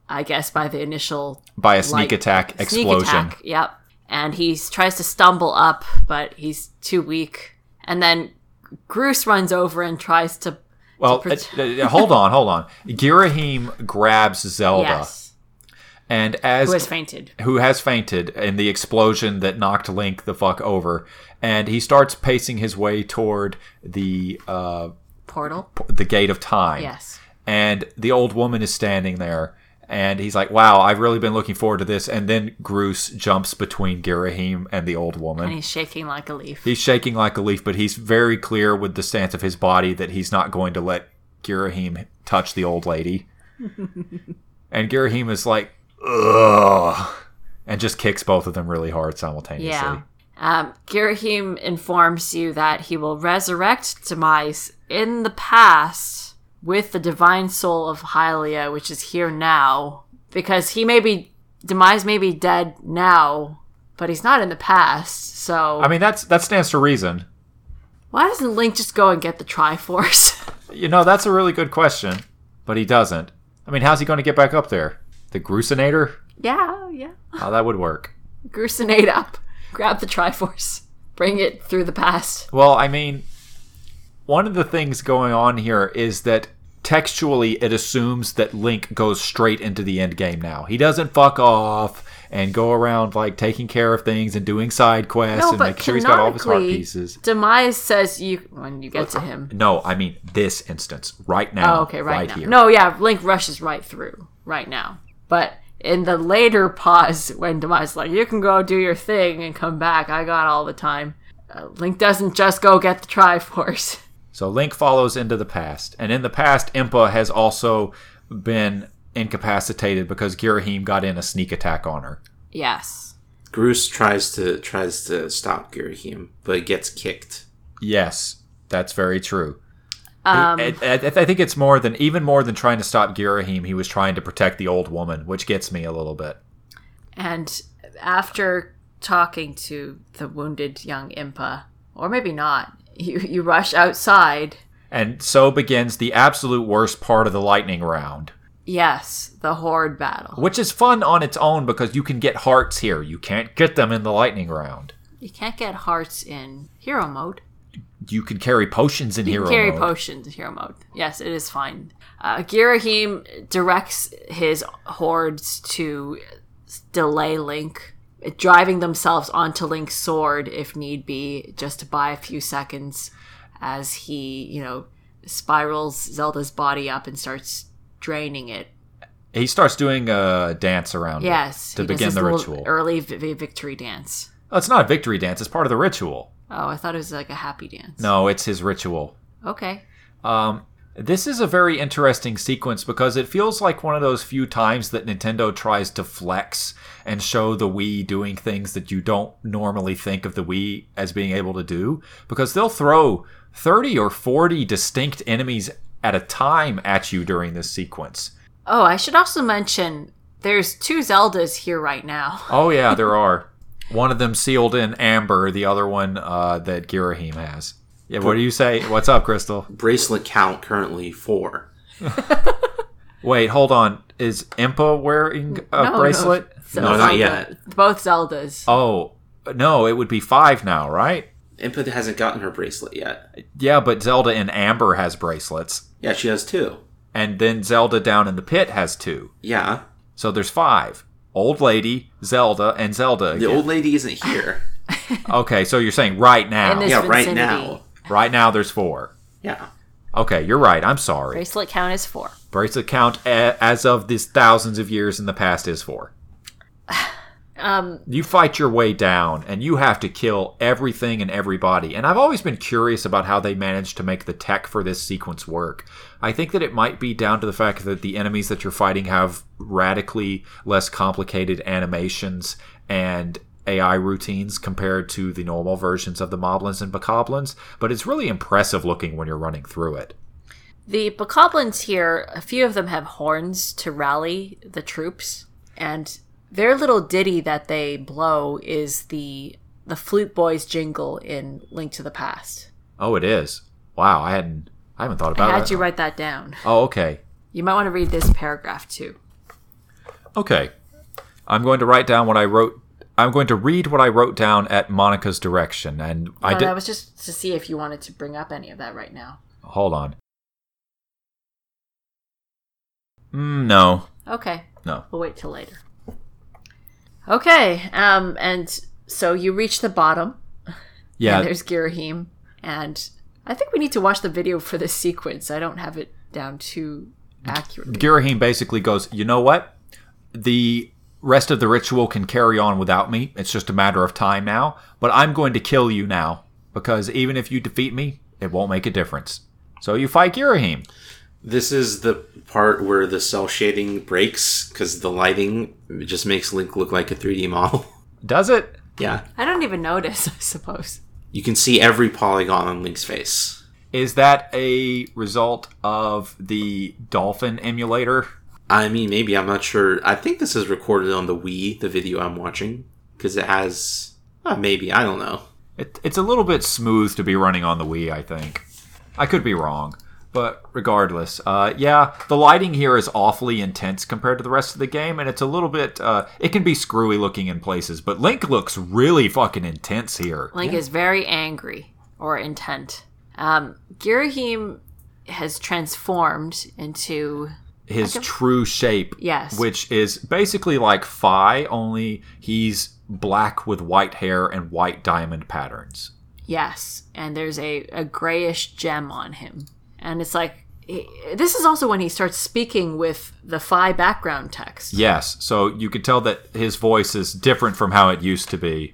I guess, by the initial By a sneak like, attack sneak explosion. attack, Yep. And he tries to stumble up, but he's too weak. And then Groose runs over and tries to. Well, To prot- uh, uh, hold on, hold on. Girahim grabs Zelda, yes. and as Who has fainted? who has fainted in the explosion that knocked Link the fuck over, and he starts pacing his way toward the uh, Portal. the gate of time. Yes. and the old woman is standing there and he's like wow i've really been looking forward to this and then groose jumps between girahim and the old woman And he's shaking like a leaf. he's shaking like a leaf but he's very clear with the stance of his body that he's not going to let girahim touch the old lady and girahim is like ugh and just kicks both of them really hard simultaneously Yeah. Um, Girahim informs you that he will resurrect Demise in the past with the divine soul of Hylia, which is here now, because he may be Demise may be dead now, but he's not in the past. So i mean that's that stands to reason why doesn't Link just go and get the Triforce? You know, that's a really good question, but he doesn't. I mean, how's he going to get back up there? The Grucinator? yeah, yeah. Oh, that would work. Grucinate up, grab the Triforce, bring it through the past. Well, I mean, one of the things going on here is that textually it assumes that Link goes straight into the end game now. He doesn't fuck off and go around like taking care of things and doing side quests No, and but making sure he's got all of his heart canonically, pieces. Demise says you when you get to him. No, I mean this instance, right now. Oh, okay, right, now. here. No, yeah, Link rushes right through right now. But in the later pause, when Demise is like, you can go do your thing and come back, I got all the time. Uh, Link doesn't just go get the Triforce. So Link follows into the past, and in the past, Impa has also been incapacitated because Girahim got in a sneak attack on her. yes. Groose tries to tries to stop Girahim, but gets kicked. Yes, that's very true. Um, I, I- I- I think it's more than even more than trying to stop Girahim. He was trying to protect the old woman, which gets me a little bit. And after talking to the wounded young Impa, or maybe not, you, you rush outside. And so begins the absolute worst part of the lightning round, Yes, the Horde battle. which is fun on its own because you can get hearts here. You can't get them in the lightning round. You can't get hearts in hero mode. You can carry potions in You hero can carry mode. potions in hero mode. Yes, it is fine. Uh, Girahim directs his hordes to delay Link, driving themselves onto Link's sword if need be, just to buy a few seconds as he, you know, spirals Zelda's body up and starts draining it. He starts doing a dance around it Yes, to he does begin his the little ritual. Early vi- victory dance. Oh, it's not a victory dance; it's part of the ritual. Oh, I thought it was like a happy dance. No, it's his ritual. Okay. Um, this is a very interesting sequence because it feels like one of those few times that Nintendo tries to flex and show the Wii doing things that you don't normally think of the Wii as being able to do because they'll throw 30 or 40 distinct enemies at a time at you during this sequence. Oh, I should also mention there's two Zeldas here right now. Oh yeah, there are. One of them sealed in amber, the other one uh, that Girahim has. Yeah, what do you say? What's up, Crystal? Bracelet count currently four. Wait, hold on. Is Impa wearing a No, no. bracelet? So No, not yet. Both Zeldas. Oh, no, it would be five now, right? Input hasn't gotten her bracelet yet. Yeah, but Zelda in amber has bracelets, Yeah, she has two. and then Zelda down in the pit has two. Yeah, So there's five. Old lady, Zelda, and Zelda. the Again. old lady isn't here. okay, so you're saying right In now, this- yeah, right vicinity. now. right now there's four. Yeah. Okay, you're right. I'm sorry. Bracelet count is four. bracelet count a- as of these thousands of years in the past is four. Um, You fight your way down, and you have to kill everything and everybody. And I've always been curious about how they managed to make the tech for this sequence work. I think that it might be down to the fact that the enemies that you're fighting have radically less complicated animations and AI routines compared to the normal versions of the Moblins and Bokoblins, but it's really impressive looking when you're running through it. the Bokoblins here, a few of them have horns to rally the troops, and their little ditty that they blow is the the Flute Boys jingle in Link to the Past. Oh, it is. Wow, I hadn't I haven't thought about I that. had you write that down. Oh, okay. You might want to read this paragraph too. Okay. I'm going to write down what I wrote. I'm going to read what I wrote down at Monica's direction. And I No, did. That was just to see if you wanted to bring up any of that right now. Hold on. Mm, no. Okay. No. We'll wait till later. Okay. Um, and so you reach the bottom. Yeah. And there's Girahim. And I think we need to watch the video for this sequence. I don't have it down too accurate. Girahim basically goes, you know what? The rest of the ritual can carry on without me. It's just a matter of time now. But I'm going to kill you now because even if you defeat me, it won't make a difference. So you fight Girahim. This is the part where the cell shading breaks because the lighting just makes Link look like a 3D model. Does it? yeah. I don't even notice, I suppose. You can see every polygon on Link's face. Is that a result of the dolphin emulator? I mean, maybe I'm not sure. I think this is recorded on the Wii, the video I'm watching, because it has uh, maybe I don't know. It, it's a little bit smooth to be running on the Wii, I think. I could be wrong, but regardless, uh, yeah, the lighting here is awfully intense compared to the rest of the game, and it's a little bit. Uh, it can be screwy looking in places, but Link looks really fucking intense here. Link is very angry or intent. Um, Girahim has transformed into His true shape, Yes. which is basically like Phi, only he's black with white hair and white diamond patterns. yes, and there's a, a grayish gem on him, and it's like he, this is also when he starts speaking with the Phi background text. Yes, so you can tell that his voice is different from how it used to be.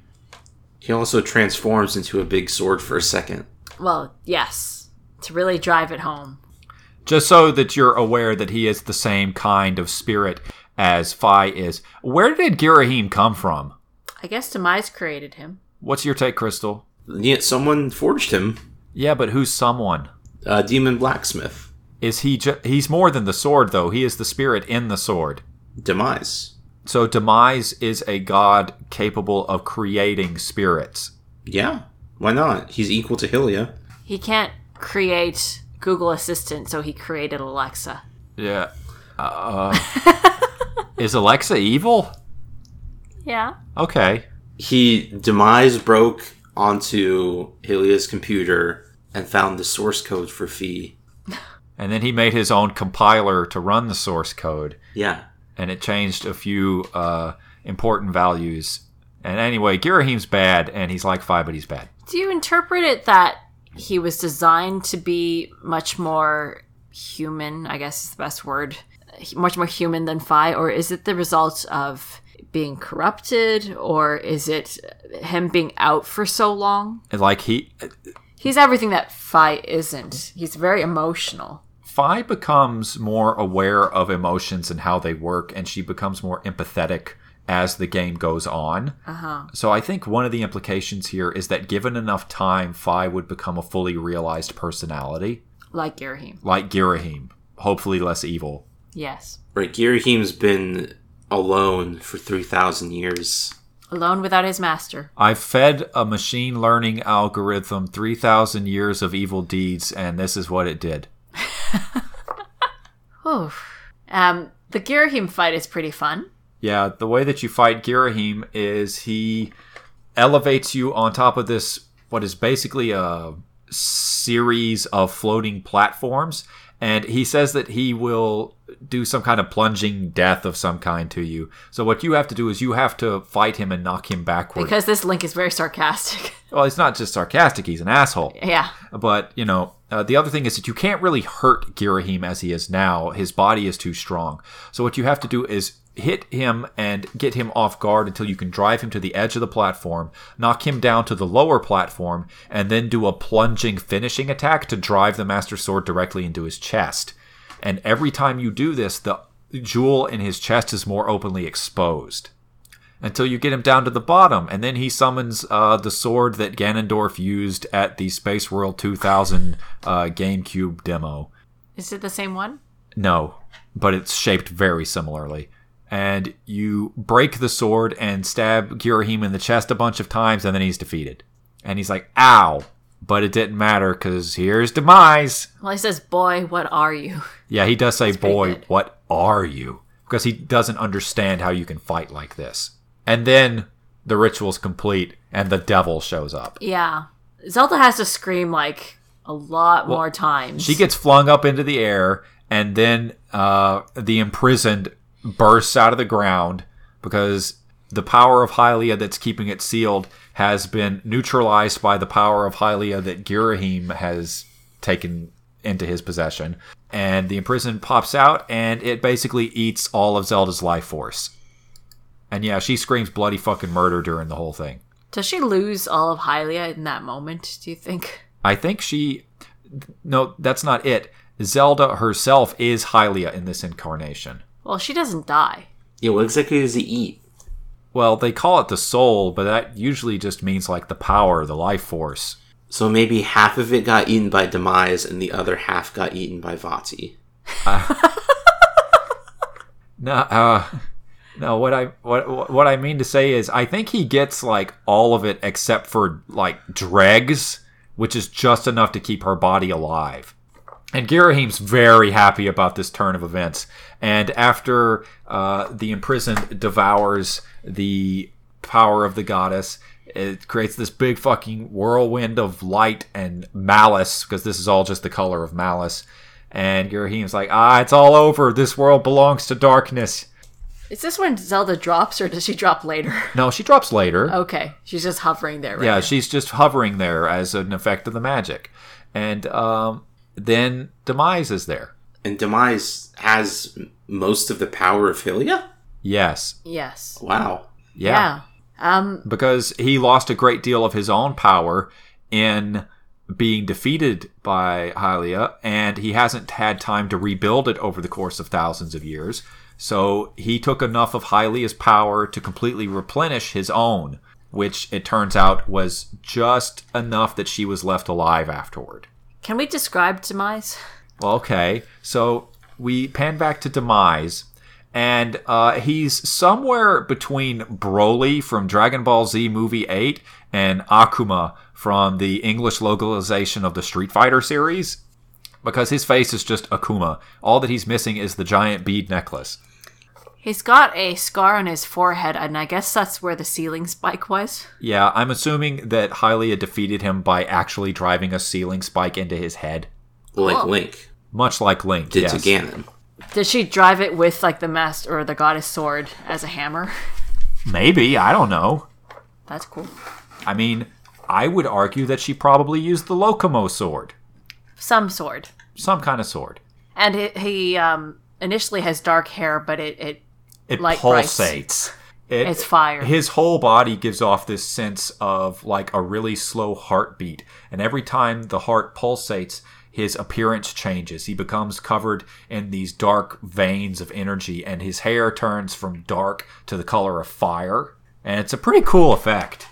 He also transforms into a big sword for a second. Well, yes, to really drive it home. just so that you're aware that he is the same kind of spirit as Phi is. Where did Girahim come from? I guess Demise created him. What's your take, Crystal? Yet someone forged him. Yeah, but who's someone? Uh, Demon blacksmith Is he? Ju- he's more than the sword, though. He is the spirit in the sword. demise. So demise is a god capable of creating spirits. Yeah, why not? He's equal to Hylia. He can't create Google Assistant, so he created Alexa. Yeah. Uh, is Alexa evil? Yeah. Okay. He demise broke onto Hylia's computer and found the source code for Fee. And then he made his own compiler to run the source code. Yeah, and it changed a few uh, important values. And anyway, Girahim's bad, and he's like five, but he's bad. Do you interpret it that he was designed to be much more human, I guess is the best word, much more human than Phi, or is it the result of being corrupted, or is it him being out for so long? And, Like he, He's everything that Phi isn't. He's very emotional. Phi becomes more aware of emotions and how they work, and she becomes more empathetic as the game goes on. Uh-huh. So I think one of the implications here is that given enough time, Phi would become a fully realized personality Like Girahim. like Girahim, hopefully less evil. Yes. right. Girahim's been alone for three thousand years. Alone without his master. I fed a machine learning algorithm 3,000 years of evil deeds, and this is what it did. Whew. Um, the Girahim fight is pretty fun. Yeah, the way that you fight Girahim is he elevates you on top of this, what is basically a series of floating platforms. And he says that he will do some kind of plunging death of some kind to you. So, what you have to do is you have to fight him and knock him backward. Because this link is very sarcastic. well, it's not just sarcastic, he's an asshole. yeah. But, you know, uh, the other thing is that you can't really hurt Girahim as he is now. His body is too strong. So, what you have to do is hit him and get him off guard until you can drive him to the edge of the platform, knock him down to the lower platform, and then do a plunging finishing attack to drive the Master Sword directly into his chest. And every time you do this, the jewel in his chest is more openly exposed until you get him down to the bottom, and then he summons uh, the sword that Ganondorf used at the Space World 2000 uh, GameCube demo. Is it the same one? No, but it's shaped very similarly. And you break the sword and stab Girahim in the chest a bunch of times, and then he's defeated. And he's like, "Ow!" But it didn't matter because here's demise. Well, he says, Boy, what are you? Yeah, he does say, pretty "Boy, good. what are you?" Because he doesn't understand how you can fight like this. And then the ritual's complete, and the devil shows up. Yeah. Zelda has to scream like a lot more times. She gets flung up into the air, and then uh, the imprisoned bursts out of the ground because the power of Hylia that's keeping it sealed has been neutralized by the power of Hylia that Girahim has taken into his possession. And the imprisoned pops out and it basically eats all of Zelda's life force. And yeah, she screams bloody fucking murder during the whole thing. Does she lose all of Hylia in that moment, do you think? I think she. No, that's not it. Zelda herself is Hylia in this incarnation. Well, she doesn't die. Yeah, what exactly does he eat? Well, they call it the soul, but that usually just means like the power, the life force. So maybe half of it got eaten by Demise and the other half got eaten by Vati. No, uh, no. What I what what I mean to say is, I think he gets like all of it except for like dregs, which is just enough to keep her body alive. And Girahim's very happy about this turn of events. And after uh, the imprisoned devours the power of the goddess, it creates this big fucking whirlwind of light and malice, because this is all just the color of malice. And Girahim's like, ah, it's all over. This world belongs to darkness. Is this when Zelda drops or does she drop later? No, she drops later. okay. She's just hovering there, Oh, right? Yeah, now. she's just hovering there as an effect of the magic. And um, then Demise is there. And Demise has m- most of the power of Hylia? Yes. Yes. Wow. yeah. Yeah. Um Because he lost a great deal of his own power in being defeated by Hylia, and he hasn't had time to rebuild it over the course of thousands of years. So he took enough of Hylia's power to completely replenish his own, which it turns out was just enough that she was left alive afterward. can we describe demise? Well, okay. So we pan back to Demise, and uh, he's somewhere between Broly from Dragon Ball Z Movie 8 and Akuma from the English localization of the Street Fighter series, because his face is just Akuma. All that he's missing is the giant bead necklace. He's got a scar on his forehead, and I guess that's where the ceiling spike was. Yeah, I'm assuming that Hylia defeated him by actually driving a ceiling spike into his head, Like Oh. Link much like Link did yes. to Ganon. Did she drive it with like the master or the goddess sword as a hammer? Maybe I don't know. That's cool. I mean, I would argue that she probably used the Locomo sword, Some sword. some kind of sword. And he, he um, initially has dark hair, but it, it It Like rice. pulsates. It- It's fire. His whole body gives off this sense of like a really slow heartbeat, and every time the heart pulsates, his appearance changes. He becomes covered in these dark veins of energy, and his hair turns from dark to the color of fire. And it's a pretty cool effect.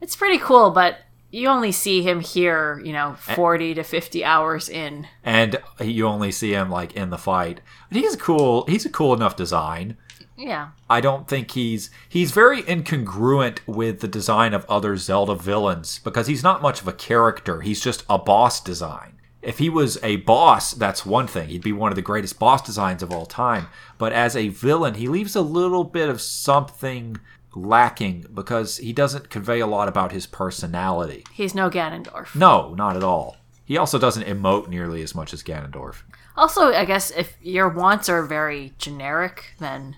it's pretty cool, but you only see him here, you know, forty to fifty hours in. And you only see him like in the fight. But he's cool. He's a cool enough design. Yeah. I don't think he's he's very incongruent with the design of other Zelda villains because he's not much of a character. He's just a boss design. If he was a boss, that's one thing. He'd be one of the greatest boss designs of all time. But as a villain, he leaves a little bit of something lacking because he doesn't convey a lot about his personality. He's no Ganondorf. No, not at all. He also doesn't emote nearly as much as Ganondorf. Also, I guess if your wants are very generic, then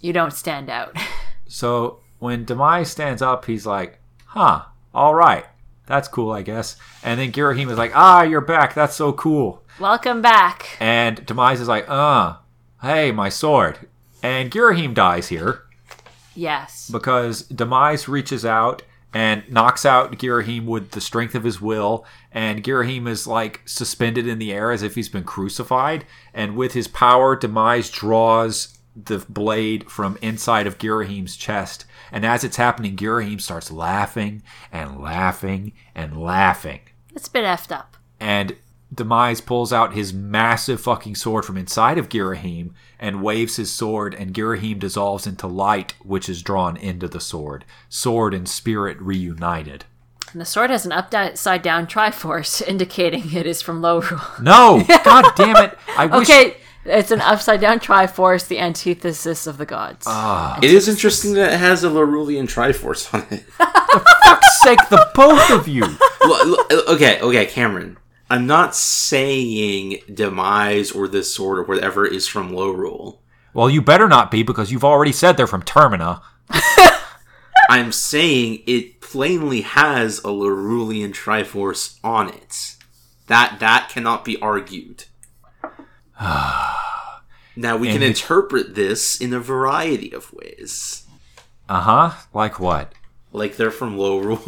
you don't stand out. So when Demise stands up, he's like, huh, all right. That's cool, I guess. And then Girahim is like, ah, you're back. That's so cool. Welcome back. And Demise is like, uh, hey, my sword. And Girahim dies here Yes. because Demise reaches out and knocks out Girahim with the strength of his will. And Girahim is like suspended in the air as if he's been crucified. And with his power, Demise draws the blade from inside of Girahim's chest. And as it's happening, Girahim starts laughing and laughing and laughing. It's a bit effed up. And Demise pulls out his massive fucking sword from inside of Girahim and waves his sword, and Girahim dissolves into light, which is drawn into the sword. Sword and spirit reunited. And the sword has an upside down Triforce, indicating it is from Lowrul. No! God damn it! I wish. Okay, it's an upside down Triforce, the antithesis of the gods. Ah. It is interesting that it has a Larulian Triforce on it. fuck's sake, the both of you! Well, l- okay, okay, Cameron. I'm not saying Demise or this sword or whatever is from Low Rule. Well, you better not be because you've already said they're from Termina. I'm saying it plainly has a Larulian Triforce on it. That that cannot be argued. now we can And- interpret this in a variety of ways. Uh huh. Like what? Like they're from Low Rule.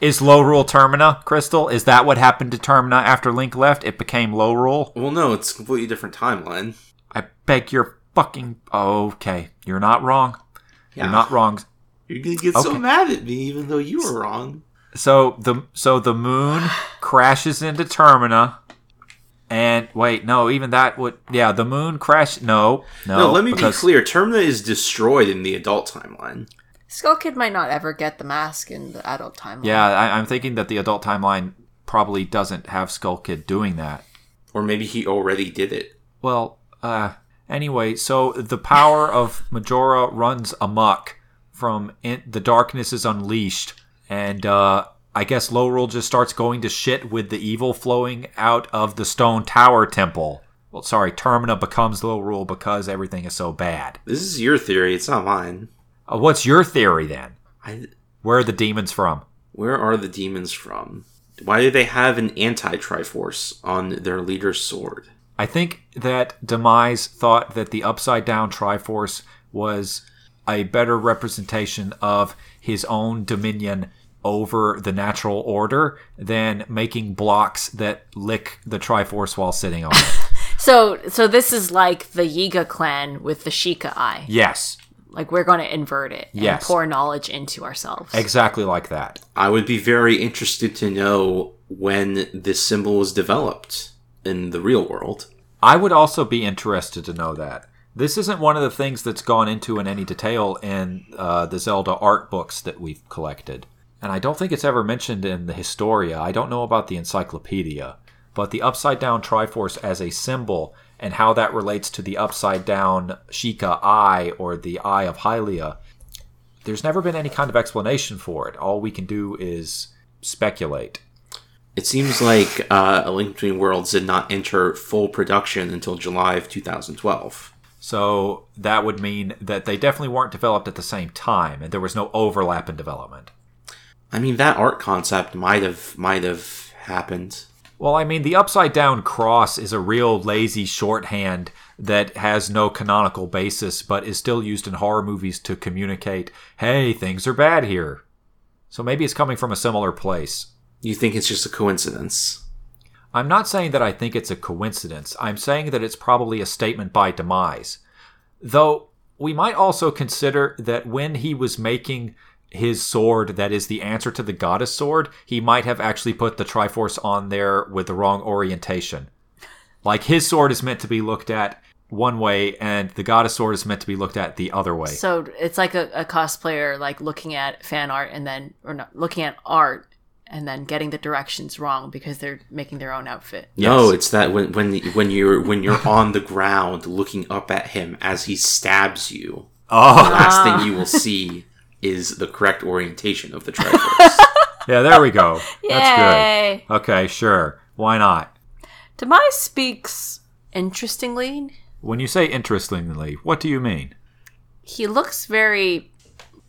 Is Low Rule Termina, Crystal? Is that what happened to Termina after Link left? It became Low Rule? well, no, it's a completely different timeline. I beg your fucking. Okay. You're not wrong. Yeah. You're not wrong. You're gonna get so Okay. mad at me, even though you were wrong. So the so the moon crashes into Termina, and wait, no, even that would yeah, the moon crash. No, no. No, let me because- be clear. Termina is destroyed in the adult timeline. Skull Kid might not ever get the mask in the adult timeline. Yeah, I, I'm thinking that the adult timeline probably doesn't have Skull Kid doing that. Or maybe he already did it. Well, uh, anyway, so the power of Majora runs amok from in- the darkness is unleashed, and uh, I guess Lorul just starts going to shit with the evil flowing out of the Stone Tower Temple. Well, sorry, Termina becomes Lorul because everything is so bad. This is your theory, it's not mine. Uh, what's your theory then? I, Where are the demons from? where are the demons from? Why do they have an anti Triforce on their leader's sword? I think that Demise thought that the upside down Triforce was a better representation of his own dominion over the natural order than making blocks that lick the Triforce while sitting on it. So so this is like the Yiga clan with the Sheikah eye. yes, Like we're going to invert it and Yes. pour knowledge into ourselves. exactly like that. I would be very interested to know when this symbol was developed in the real world. I would also be interested to know that. This isn't one of the things that's gone into in any detail in uh, the Zelda art books that we've collected. And I don't think it's ever mentioned in the Historia. I don't know about the Encyclopedia. But the upside down Triforce as a symbol and how that relates to the upside down Sheikah Eye or the Eye of Hylia, there's never been any kind of explanation for it. All we can do is speculate. It seems like uh, A Link Between Worlds did not enter full production until July of 2012. So that would mean that they definitely weren't developed at the same time, and there was no overlap in development. I mean, that art concept might have might have happened. Well, I mean, the upside down cross is a real lazy shorthand that has no canonical basis, but is still used in horror movies to communicate, hey, things are bad here. So maybe it's coming from a similar place. You think it's just a coincidence? I'm not saying that I think it's a coincidence. I'm saying that it's probably a statement by demise. Though we might also consider that when he was making his sword that is the answer to the goddess sword, he might have actually put the Triforce on there with the wrong orientation. Like his sword is meant to be looked at one way, and the goddess sword is meant to be looked at the other way. So it's like a, a cosplayer like looking at fan art and then or not looking at art and then getting the directions wrong because they're making their own outfit. No, Yes. it's that when when when you're when you're on the ground looking up at him as he stabs you, the Oh, last thing you will see is the correct orientation of the triforce. yeah, there we go. That's Yay! good. Okay, sure. Why not? Demise speaks interestingly. When you say interestingly, what do you mean? He looks very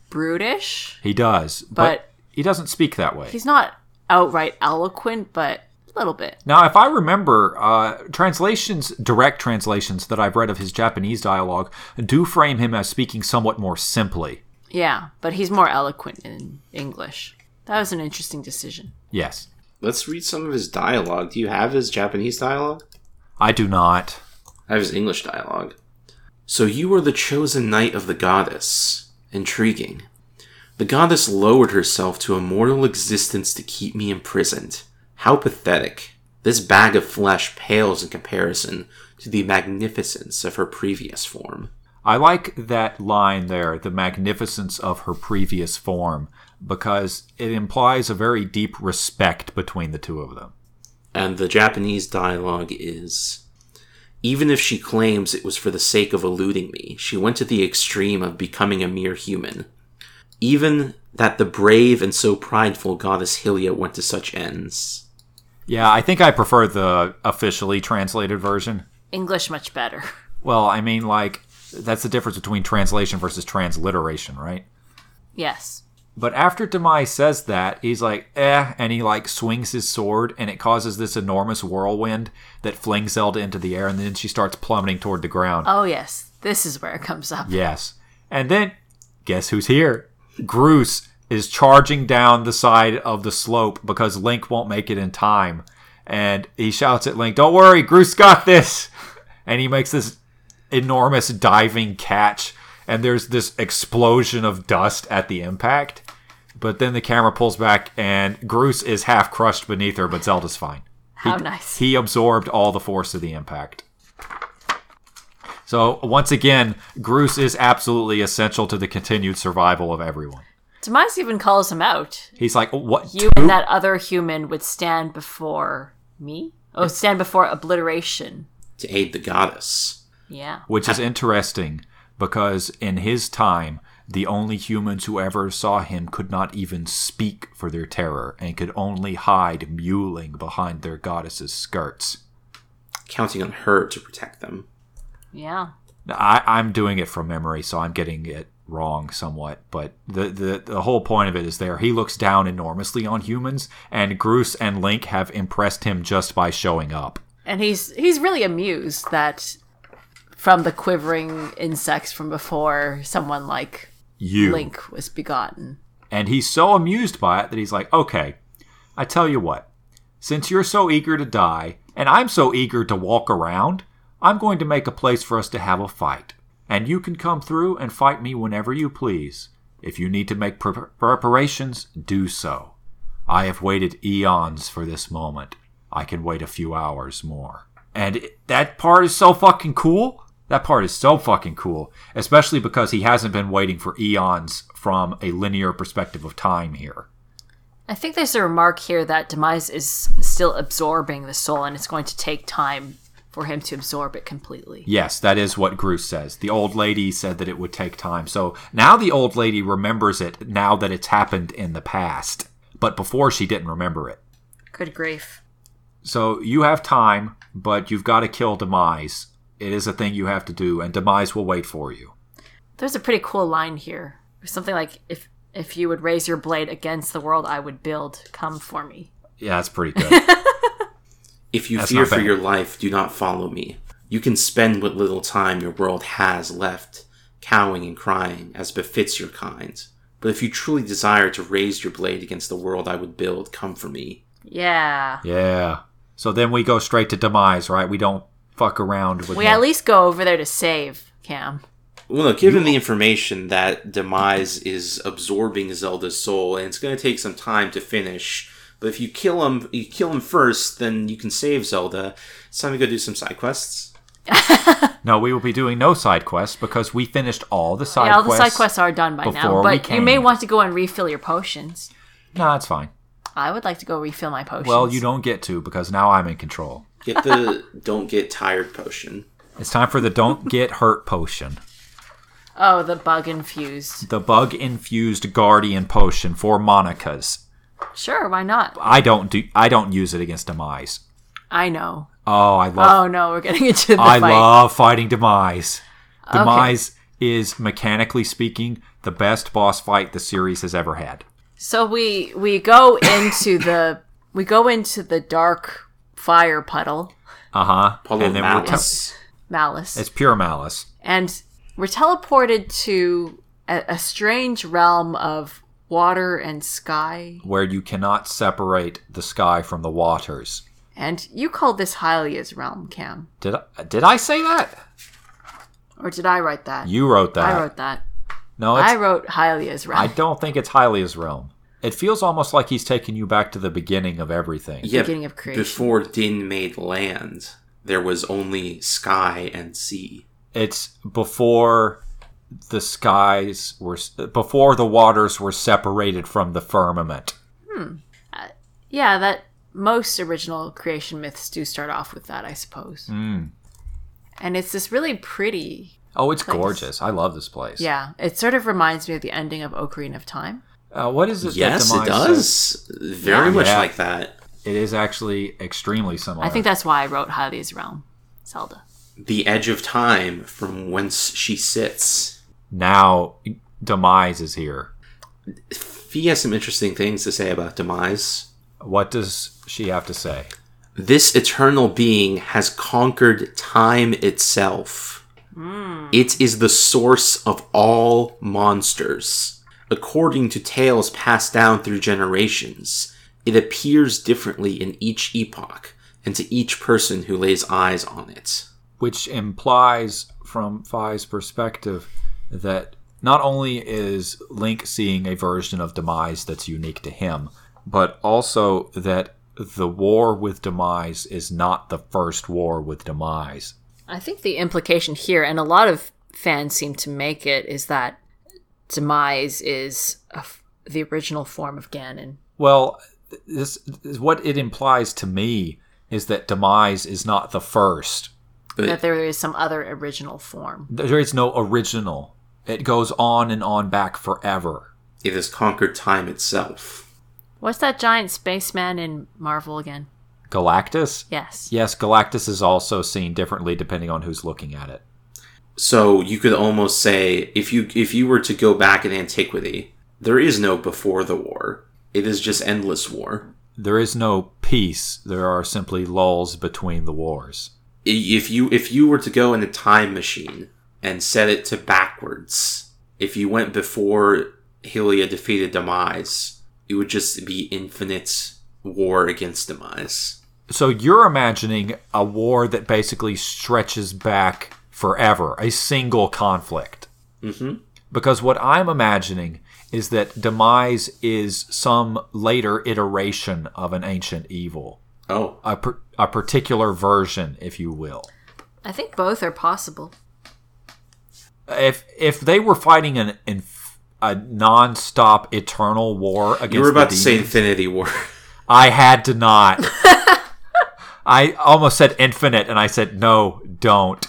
brutish. He does, but, But- he doesn't speak that way. He's not outright eloquent, but a little bit. Now, if I remember, uh, translations, direct translations that I've read of his Japanese dialogue, do frame him as speaking somewhat more simply. Yeah, but he's more eloquent in English. That was an interesting decision. Yes, Let's read some of his dialogue. Do you have his Japanese dialogue? I do not. I have his English dialogue. So you are the chosen knight of the goddess. Intriguing. The goddess lowered herself to a mortal existence to keep me imprisoned. How pathetic. This bag of flesh pales in comparison to the magnificence of her previous form. I like that line there, the magnificence of her previous form, because it implies a very deep respect between the two of them. And the Japanese dialogue is Even if she claims it was for the sake of eluding me, she went to the extreme of becoming a mere human. Even that the brave and so prideful goddess Hylia went to such ends. Yeah, I think I prefer the officially translated version. English much better. Well, I mean, like, that's the difference between translation versus transliteration, right? Yes. But after Demai says that, he's like, eh, and he like swings his sword, and it causes this enormous whirlwind that flings Zelda into the air, and then she starts plummeting toward the ground. Oh, yes. This is where it comes up. Yes. And then, guess who's here? Groose is charging down the side of the slope because Link won't make it in time. And he shouts at Link, Don't worry, Groose got this. And he makes this enormous diving catch. And there's this explosion of dust at the impact. But then the camera pulls back, and Groose is half crushed beneath her, but Zelda's fine. How nice. He absorbed all the force of the impact. So once again, Groose is absolutely essential to the continued survival of everyone. Demise even calls him out. He's like, what? You two? and that other human would stand before me? Oh, stand before obliteration. to aid the goddess. Yeah. Which is interesting because in his time, the only humans who ever saw him could not even speak for their terror and could only hide mewling behind their goddess's skirts. counting on her to protect them. Yeah. Now, I, I'm doing it from memory, so I'm getting it wrong somewhat, but the, the, the whole point of it is there. He looks down enormously on humans, and Groose and Link have impressed him just by showing up. And he's he's really amused that from the quivering insects from before someone like You. Link was begotten. And he's so amused by it that he's like, okay, I tell you what, since you're so eager to die, and I'm so eager to walk around, I'm going to make a place for us to have a fight. And you can come through and fight me whenever you please. If you need to make pre- preparations, do so. I have waited eons for this moment. I can wait a few hours more. And it- that part is so fucking cool. That part is so fucking cool, especially because he hasn't been waiting for eons from a linear perspective of time here. I think there's a remark here that Demise is still absorbing the soul and it's going to take time for him to absorb it completely. Yes, that is what Groose says. The old lady said that it would take time. So now the old lady remembers it now that it's happened in the past. But before she didn't remember it. Good grief. So you have time, but you've got to kill Demise. It is a thing you have to do, and Demise will wait for you. There's a pretty cool line here. Something like if if you would raise your blade against the world I would build, come for me. Yeah, that's pretty good. If you That's fear not for bad. your life, do not follow me. You can spend what little time your world has left cowing and crying as befits your kind. But if you truly desire to raise your blade against the world I would build, come for me. Yeah. yeah. So then we go straight to Demise, right? We don't fuck around with We no- at least go over there to save Cam. Well, look, given the information that Demise is absorbing Zelda's soul, and it's going to take some time to finish. But if you kill him, you kill him first, then you can save Zelda. It's time to go do some side quests. No, we will be doing no side quests because we finished all the side yeah, all the quests. side quests are done by before now, we but you came. may want to go and refill your potions. No, it's fine. I would like to go refill my potions. Well, you don't get to because now I'm in control. Get the don't get tired potion. It's time for the don't get hurt potion. Oh, the bug infused. The bug infused guardian potion for Monica's. Sure, why not? I don't do I don't use it against demise. I know. Oh, I love Oh no, we're getting into the I fight. love fighting demise. Demise is mechanically speaking the best boss fight the series has ever had. So we we go into the we go into the dark fire puddle, Uh-huh. Puddle and of then we're te- Malice. malice, it's pure malice. and we're teleported to a, a strange realm of water and sky. where you cannot separate the sky from the waters. And you called this Hylia's realm, Cam, Did I, did I say that? or did I write that? You wrote that. I wrote that. no, it's, I I, wrote Hylia's realm. don't think it's Hylia's realm. It feels almost like he's taking you back to the beginning of everything. yeah, beginning of creation. Before Din made land, there was only sky and sea. It's before the skies were before the waters were separated from the firmament. yeah, that most original creation myths do start off with that, I suppose. And it's this really pretty. Oh, it's gorgeous. I love this place. Yeah, it sort of reminds me of the ending of Ocarina of Time. Uh, what is it? that Yes, it Demise does. says? Very Yeah. much Yeah. like that. It is actually extremely similar. I think that's why I wrote Hylia's Realm, Zelda. The edge of time from whence she sits. now demise is here. He has some interesting things to say about demise. What does she have to say? This eternal being has conquered time itself. Hmm. It is the source of all monsters. According to tales passed down through generations, it appears differently in each epoch and to each person who lays eyes on it. Which implies, from Fi's perspective, that not only is Link seeing a version of Demise that's unique to him, but also that the war with Demise is not the first war with Demise. I think the implication here, and a lot of fans seem to make it, is that demise is a f the original form of Ganon. Well, this is what it implies to me is that Demise is not the first. that there is some other original form. There is no original. It goes on and on back forever. It has conquered time itself. What's that giant spaceman in Marvel again? Galactus? Yes. Yes, Galactus is also seen differently depending on who's looking at it. So you could almost say if you if you were to go back in antiquity, there is no before the war. It is just endless war. There is no peace. There are simply lulls between the wars. I- If you if you were to go in a time machine and set it to backwards, if you went before Hylia defeated Demise, it would just be infinite war against Demise. So you're imagining a war that basically stretches back forever, a single conflict. Mhm. Because what I'm imagining is that demise is some later iteration of an ancient evil, Oh, a, par- a particular version, if you will. I think both are possible. If if they were fighting an, inf- a non-stop eternal war against you were about the to say demons- Infinity War. I had to not. I almost said infinite, and I said, no, don't.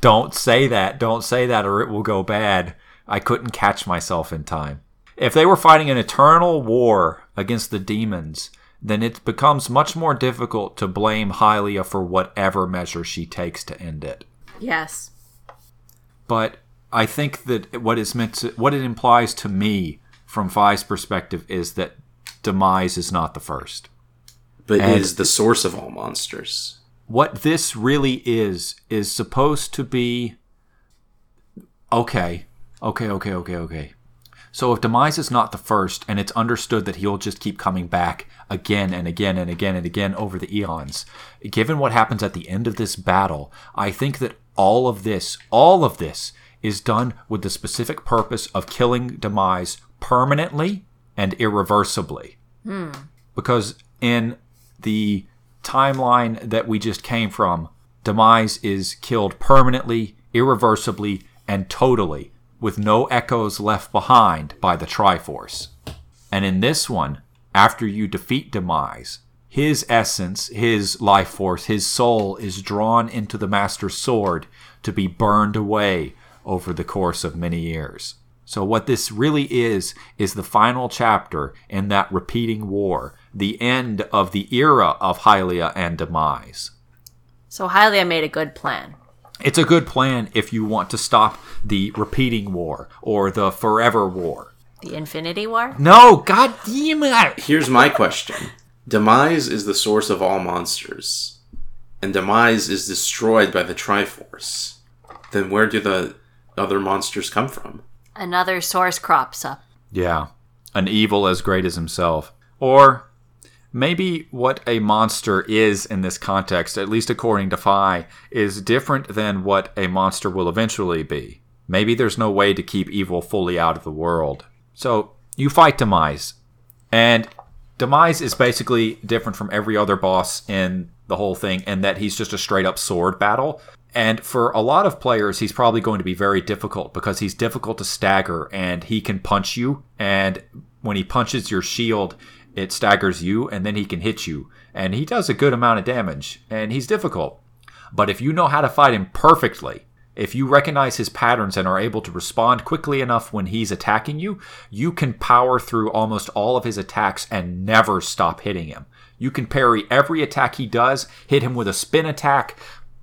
Don't say that. Don't say that, or it will go bad. I couldn't catch myself in time. If they were fighting an eternal war against the demons, then it becomes much more difficult to blame Hylia for whatever measure she takes to end it Yes. but I think that what is meant to, what it implies to me from Fi's perspective is that demise is not the first. but And- is the source of all monsters. What this really is is supposed to be okay. Okay, okay, okay, okay. So if demise is not the first and it's understood that he'll just keep coming back again and again and again and again over the eons, given what happens at the end of this battle, I think that all of this, all of this is done with the specific purpose of killing demise permanently and irreversibly because in the timeline that we just came from, Demise is killed permanently, irreversibly, and totally, with no echoes left behind by the Triforce. And in this one, after you defeat Demise, his essence, his life force, his soul is drawn into the Master Sword to be burned away over the course of many years. So, what this really is, is the final chapter in that repeating war, the end of the era of Hylia and Demise. So Hylia made a good plan. It's a good plan if you want to stop the repeating war or the forever war. The Infinity War? No, god damn it! Here's my question Demise is the source of all monsters, and Demise is destroyed by the Triforce. Then where do the other monsters come from? Another source crops up. Yeah. An evil as great as himself. Or maybe what a monster is in this context, at least according to Phi, is different than what a monster will eventually be. Maybe there's no way to keep evil fully out of the world. So you fight Demise. And Demise is basically different from every other boss in the whole thing in that he's just a straight up sword battle. And for a lot of players, he's probably going to be very difficult because he's difficult to stagger and he can punch you. And when he punches your shield, it staggers you and then he can hit you. And he does a good amount of damage and he's difficult. But if you know how to fight him perfectly, if you recognize his patterns and are able to respond quickly enough when he's attacking you, you can power through almost all of his attacks and never stop hitting him. You can parry every attack he does, hit him with a spin attack,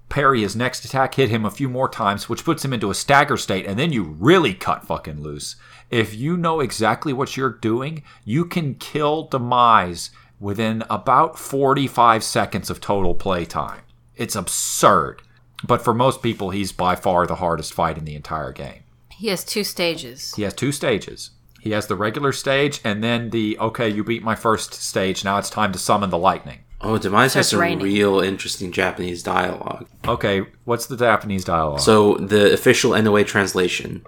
parry his next attack, hit him a few more times, which puts him into a stagger state, and then you really cut fucking loose. If you know exactly what you're doing, you can kill Demise within about 45 seconds of total play time. It's absurd. But for most people, he's by far the hardest fight in the entire game. He has two stages. He has two stages. He has the regular stage and then the okay, you beat my first stage, now it's time to summon the lightning. Oh, Demise So has it's some raining. real interesting Japanese dialogue. Okay, what's the Japanese dialogue? So the official NOA translation.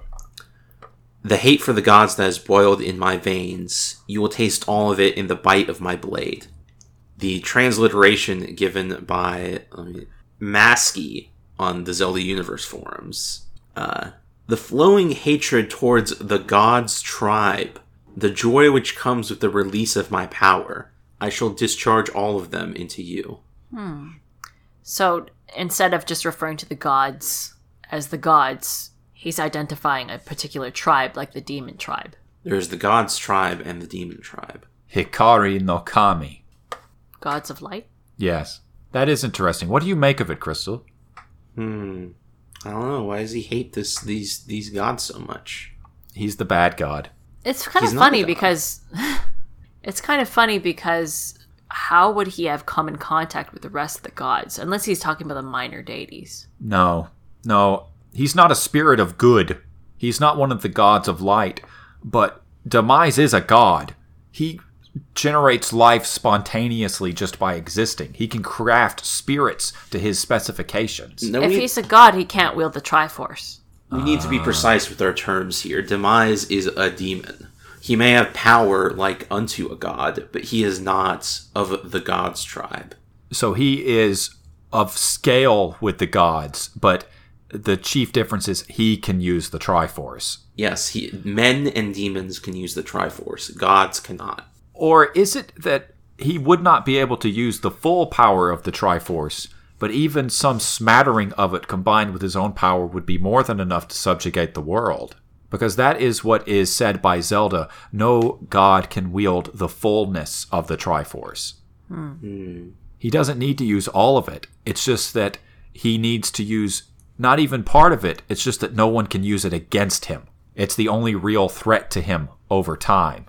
The hate for the gods that is boiled in my veins, you will taste all of it in the bite of my blade. The transliteration given by um, Maskey on the Zelda Universe forums. Uh, the flowing hatred towards the gods' tribe, the joy which comes with the release of my power. I shall discharge all of them into you. So instead of just referring to the gods as the gods, he's identifying a particular tribe, like the demon tribe. There is the gods' tribe and the demon tribe. Hikari no Kami. Gods of light? Yes. That is interesting. What do you make of it, Crystal? Hmm. I don't know. Why does he hate this these these gods so much? He's the bad god. It's kind He's of not funny a god. because it's kind of funny because how would he have come in contact with the rest of the gods unless he's talking about the minor deities? No, no. He's not a spirit of good. He's not one of the gods of light. But Demise is a god. He generates life spontaneously just by existing. He can craft spirits to his specifications. No, if we, he's a god, he can't wield the Triforce. we need to be precise with our terms here. Demise is a demon. He may have power like unto a god, but he is not of the gods tribe. So he is of scale with the gods, but the chief difference is he can use the Triforce. Yes, he, men and demons can use the Triforce. Gods cannot. Or is it that he would not be able to use the full power of the Triforce, but even some smattering of it combined with his own power would be more than enough to subjugate the world? Because that is what is said by Zelda no god can wield the fullness of the Triforce. He doesn't need to use all of it. It's just that he needs to use not even part of it. It's just that no one can use it against him. It's the only real threat to him over time.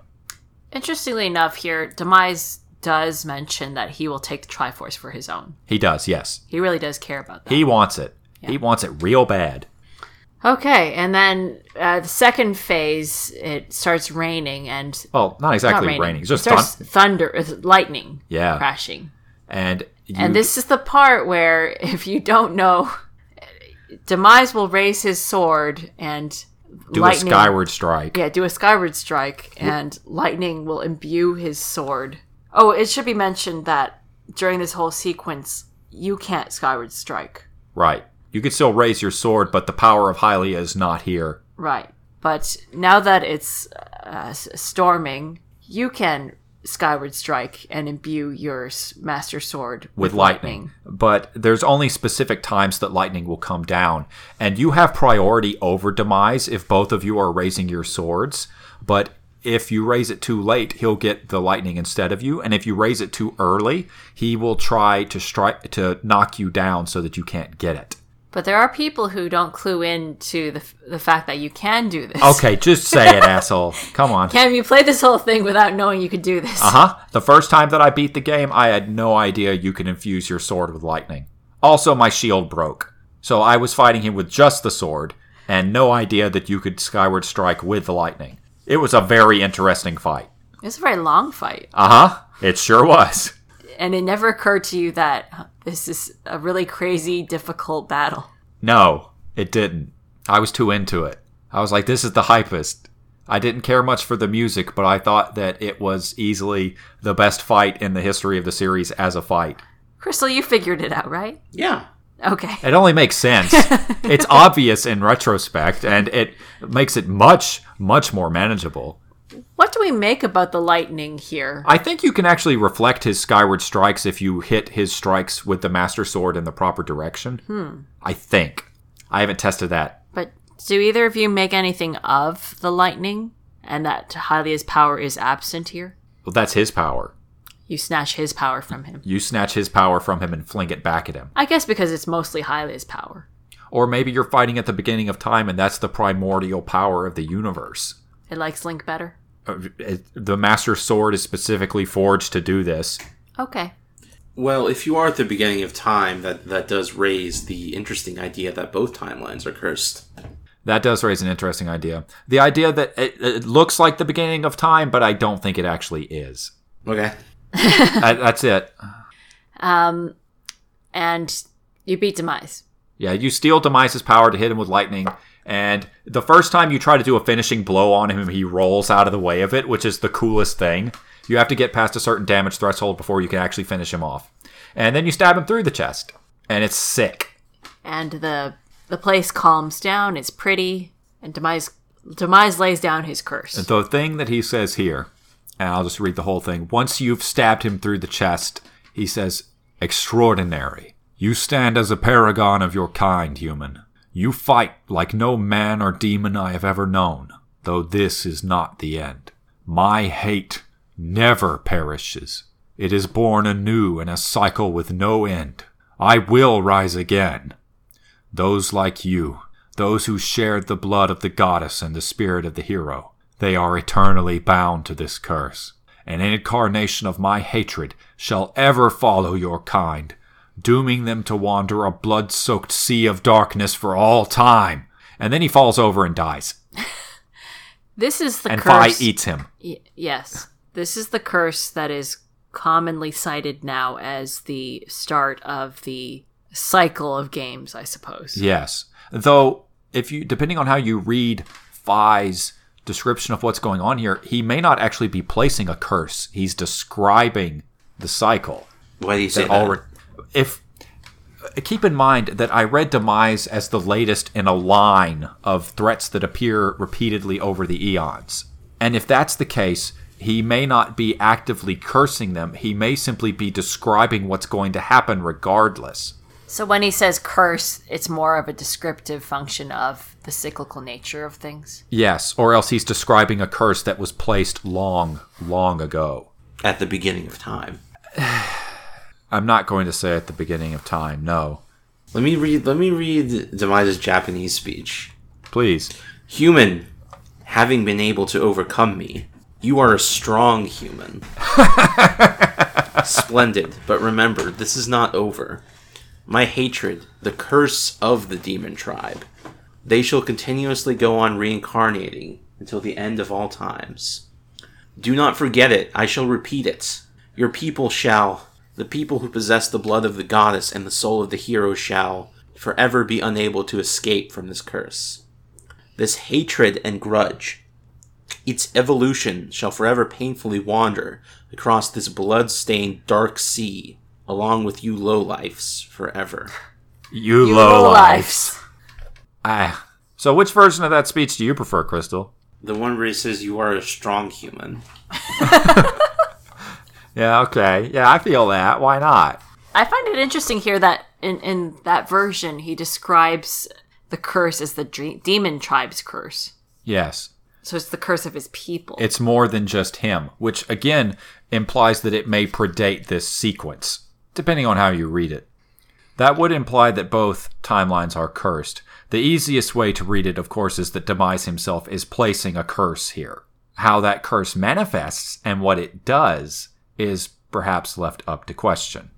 Interestingly enough, here, Demise does mention that he will take the Triforce for his own. He does, yes. He really does care about that. He wants it. He wants it real bad. Okay, and then uh, the second phase, it starts raining and Well, not not exactly raining, raining. It's just it fun. starts thunder, uh, lightning, Yeah. crashing. And you, And this is the part where, if you don't know, Demise will raise his sword and do lightning, a skyward strike. Yeah, do a skyward strike, and lightning will imbue his sword. Oh, it should be mentioned that during this whole sequence, you can't skyward strike, Right. You could still raise your sword, but the power of Hylia is not here. right? But now that it's uh, s- storming, you can skyward strike and imbue your s- master sword with lightning. But there's only specific times that lightning will come down. And you have priority over Demise if both of you are raising your swords. But if you raise it too late, he'll get the lightning instead of you. And if you raise it too early, he will try to strike to knock you down so that you can't get it. But there are people who don't clue in to the, f- the fact that you can do this. Okay, just say it, asshole. Come on. Cam, you played this whole thing without knowing you could do this. Uh huh. The first time that I beat the game, I had no idea you could infuse your sword with lightning. Also, my shield broke. So I was fighting him with just the sword, and no idea that you could skyward strike with the lightning. It was a very interesting fight. It's a very long fight. Uh huh. It sure was. And it never occurred to you that uh, this is a really crazy, difficult battle. No, it didn't. I was too into it. I was like, this is the hypest. I didn't care much for the music, but I thought that it was easily the best fight in the history of the series as a fight. Crystal, you figured it out, right? Yeah. Okay. It only makes sense. it's obvious in retrospect, and it makes it much, much more manageable. What do we make about the lightning here? I think you can actually reflect his skyward strikes if you hit his strikes with the Master Sword in the proper direction. I think. I haven't tested that. But do either of you make anything of the lightning and that Hylia's power is absent here? Well, that's his power. You snatch his power from him. You snatch his power from him and fling it back at him. I guess because it's mostly Hyla's power. Or maybe you're fighting at the beginning of time and that's the primordial power of the universe. It likes Link better. Uh, it- The Master Sword is specifically forged to do this. Okay. Well, if you are at the beginning of time, that, that does raise the interesting idea that both timelines are cursed. That does raise an interesting idea. The idea that it, it looks like the beginning of time, but I don't think it actually is. Okay. That- that's it. Um, and you beat Demise. Yeah, you steal Demise's power to hit him with lightning, and the first time you try to do a finishing blow on him, he rolls out of the way of it, which is the coolest thing. You have to get past a certain damage threshold before you can actually finish him off. And then you stab him through the chest, and it's sick. and the the place calms down. It's pretty, and demise demise lays down his curse. The thing that he says here, and I'll just read the whole thing. Once you've stabbed him through the chest, he says, Extraordinary. You stand as a paragon of your kind, human. You fight like no man or demon I have ever known, though this is not the end. My hate never perishes. It is born anew in a cycle with no end. I will rise again those like you, those who shared the blood of the goddess and the spirit of the hero. They are eternally bound to this curse. An incarnation of my hatred shall ever follow your kind, dooming them to wander a blood soaked sea of darkness for all time. And then he falls over and dies. This is the and Fi curse. eats him. Y- yes, this is the curse that is commonly cited now as the start of the cycle of games. I suppose. Yes. Though if you depending on how you read Phi's description of what's going on here, he may not actually be placing a curse. He's describing the cycle. Why do you say that that? already if keep in mind that I read demise as the latest in a line of threats that appear repeatedly over the eons. And if that's the case, he may not be actively cursing them. He may simply be describing what's going to happen regardless. So when he says curse, it's more of a descriptive function of the cyclical nature of things. Yes, or else he's describing a curse that was placed long, long ago. At the beginning of time. I'm not going to say at the beginning of time, no. Let me read. Let me read Demise's Japanese speech. Please. Human, having been able to overcome me, you are a strong human. Splendid, but remember, this is not over. My hatred, the curse of the demon tribe, they shall continuously go on reincarnating until the end of all times. Do not forget it, I shall repeat it. Your people shall, the people who possess the blood of the goddess and the soul of the hero shall, forever be unable to escape from this curse this hatred and grudge. Its evolution shall forever painfully wander across this blood stained dark sea, along with you lowlifes forever. You, Low low lives. Ah. So, which version of that speech do you prefer, Crystal? The one where it says you are a strong human. Yeah, okay. Yeah, I feel that. Why not? I find it interesting here that in, in that version, he describes the curse as the dre- demon tribe's curse. Yes. So it's the curse of his people. It's more than just him, which again implies that it may predate this sequence, depending on how you read it. That would imply that both timelines are cursed. The easiest way to read it, of course, is that Demise himself is placing a curse here. How that curse manifests and what it does is perhaps left up to question.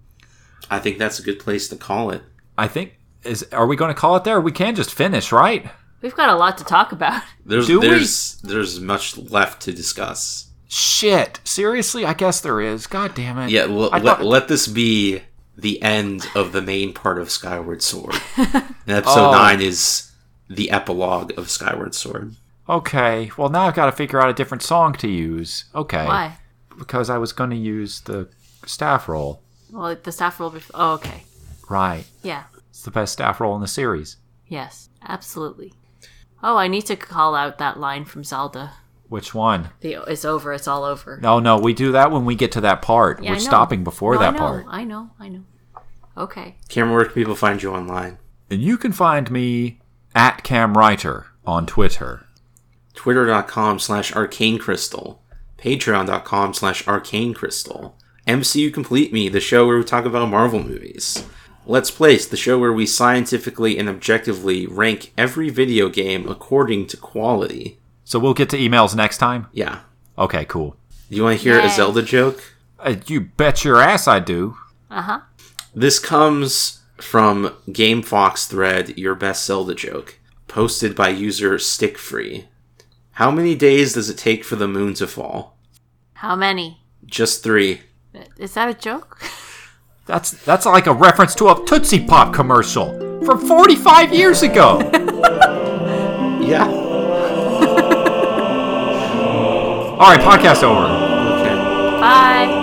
I think that's a good place to call it. I think is are we going to call it there? We can just finish, right? We've got a lot to talk about. There's Do we- there's there's much left to discuss. Shit. Seriously, I guess there is. God damn it. Yeah, well, I let, thought- let this be the end of the main part of Skyward Sword. and episode Oh. 9 is the epilogue of Skyward Sword. Okay. Well, now I've got to figure out a different song to use. Okay. Why? Because I was going to use the staff roll. Well, the staff roll. Before- oh, okay. Right. Yeah. It's the best staff roll in the series. Yes. Absolutely. Oh, I need to call out that line from Zelda. Which one? The it's over. It's all over. No, no. We do that when we get to that part. Yeah, I We're know. stopping before No, I that know, part. I know. I know. Okay. Cameron, where can people find you online? And you can find me at CamWriter on Twitter. twitter.com slash arcane crystal patreon.com slash arcane crystal MCU Complete Me, the show where we talk about Marvel movies. Let's Place, the show where we scientifically and objectively rank every video game according to quality. So we'll get to emails next time? Yeah. Okay, cool. You want to hear a Yay. Zelda joke? Uh, you bet your ass I do. Uh huh. This comes from GameFox thread Your Best Zelda Joke, posted by user Stickfree. How many days does it take for the moon to fall? How many? Just three. Is that a joke? That's that's like a reference to a Tootsie Pop commercial from 45 years ago. Yeah. All right, podcast over. Okay. Bye.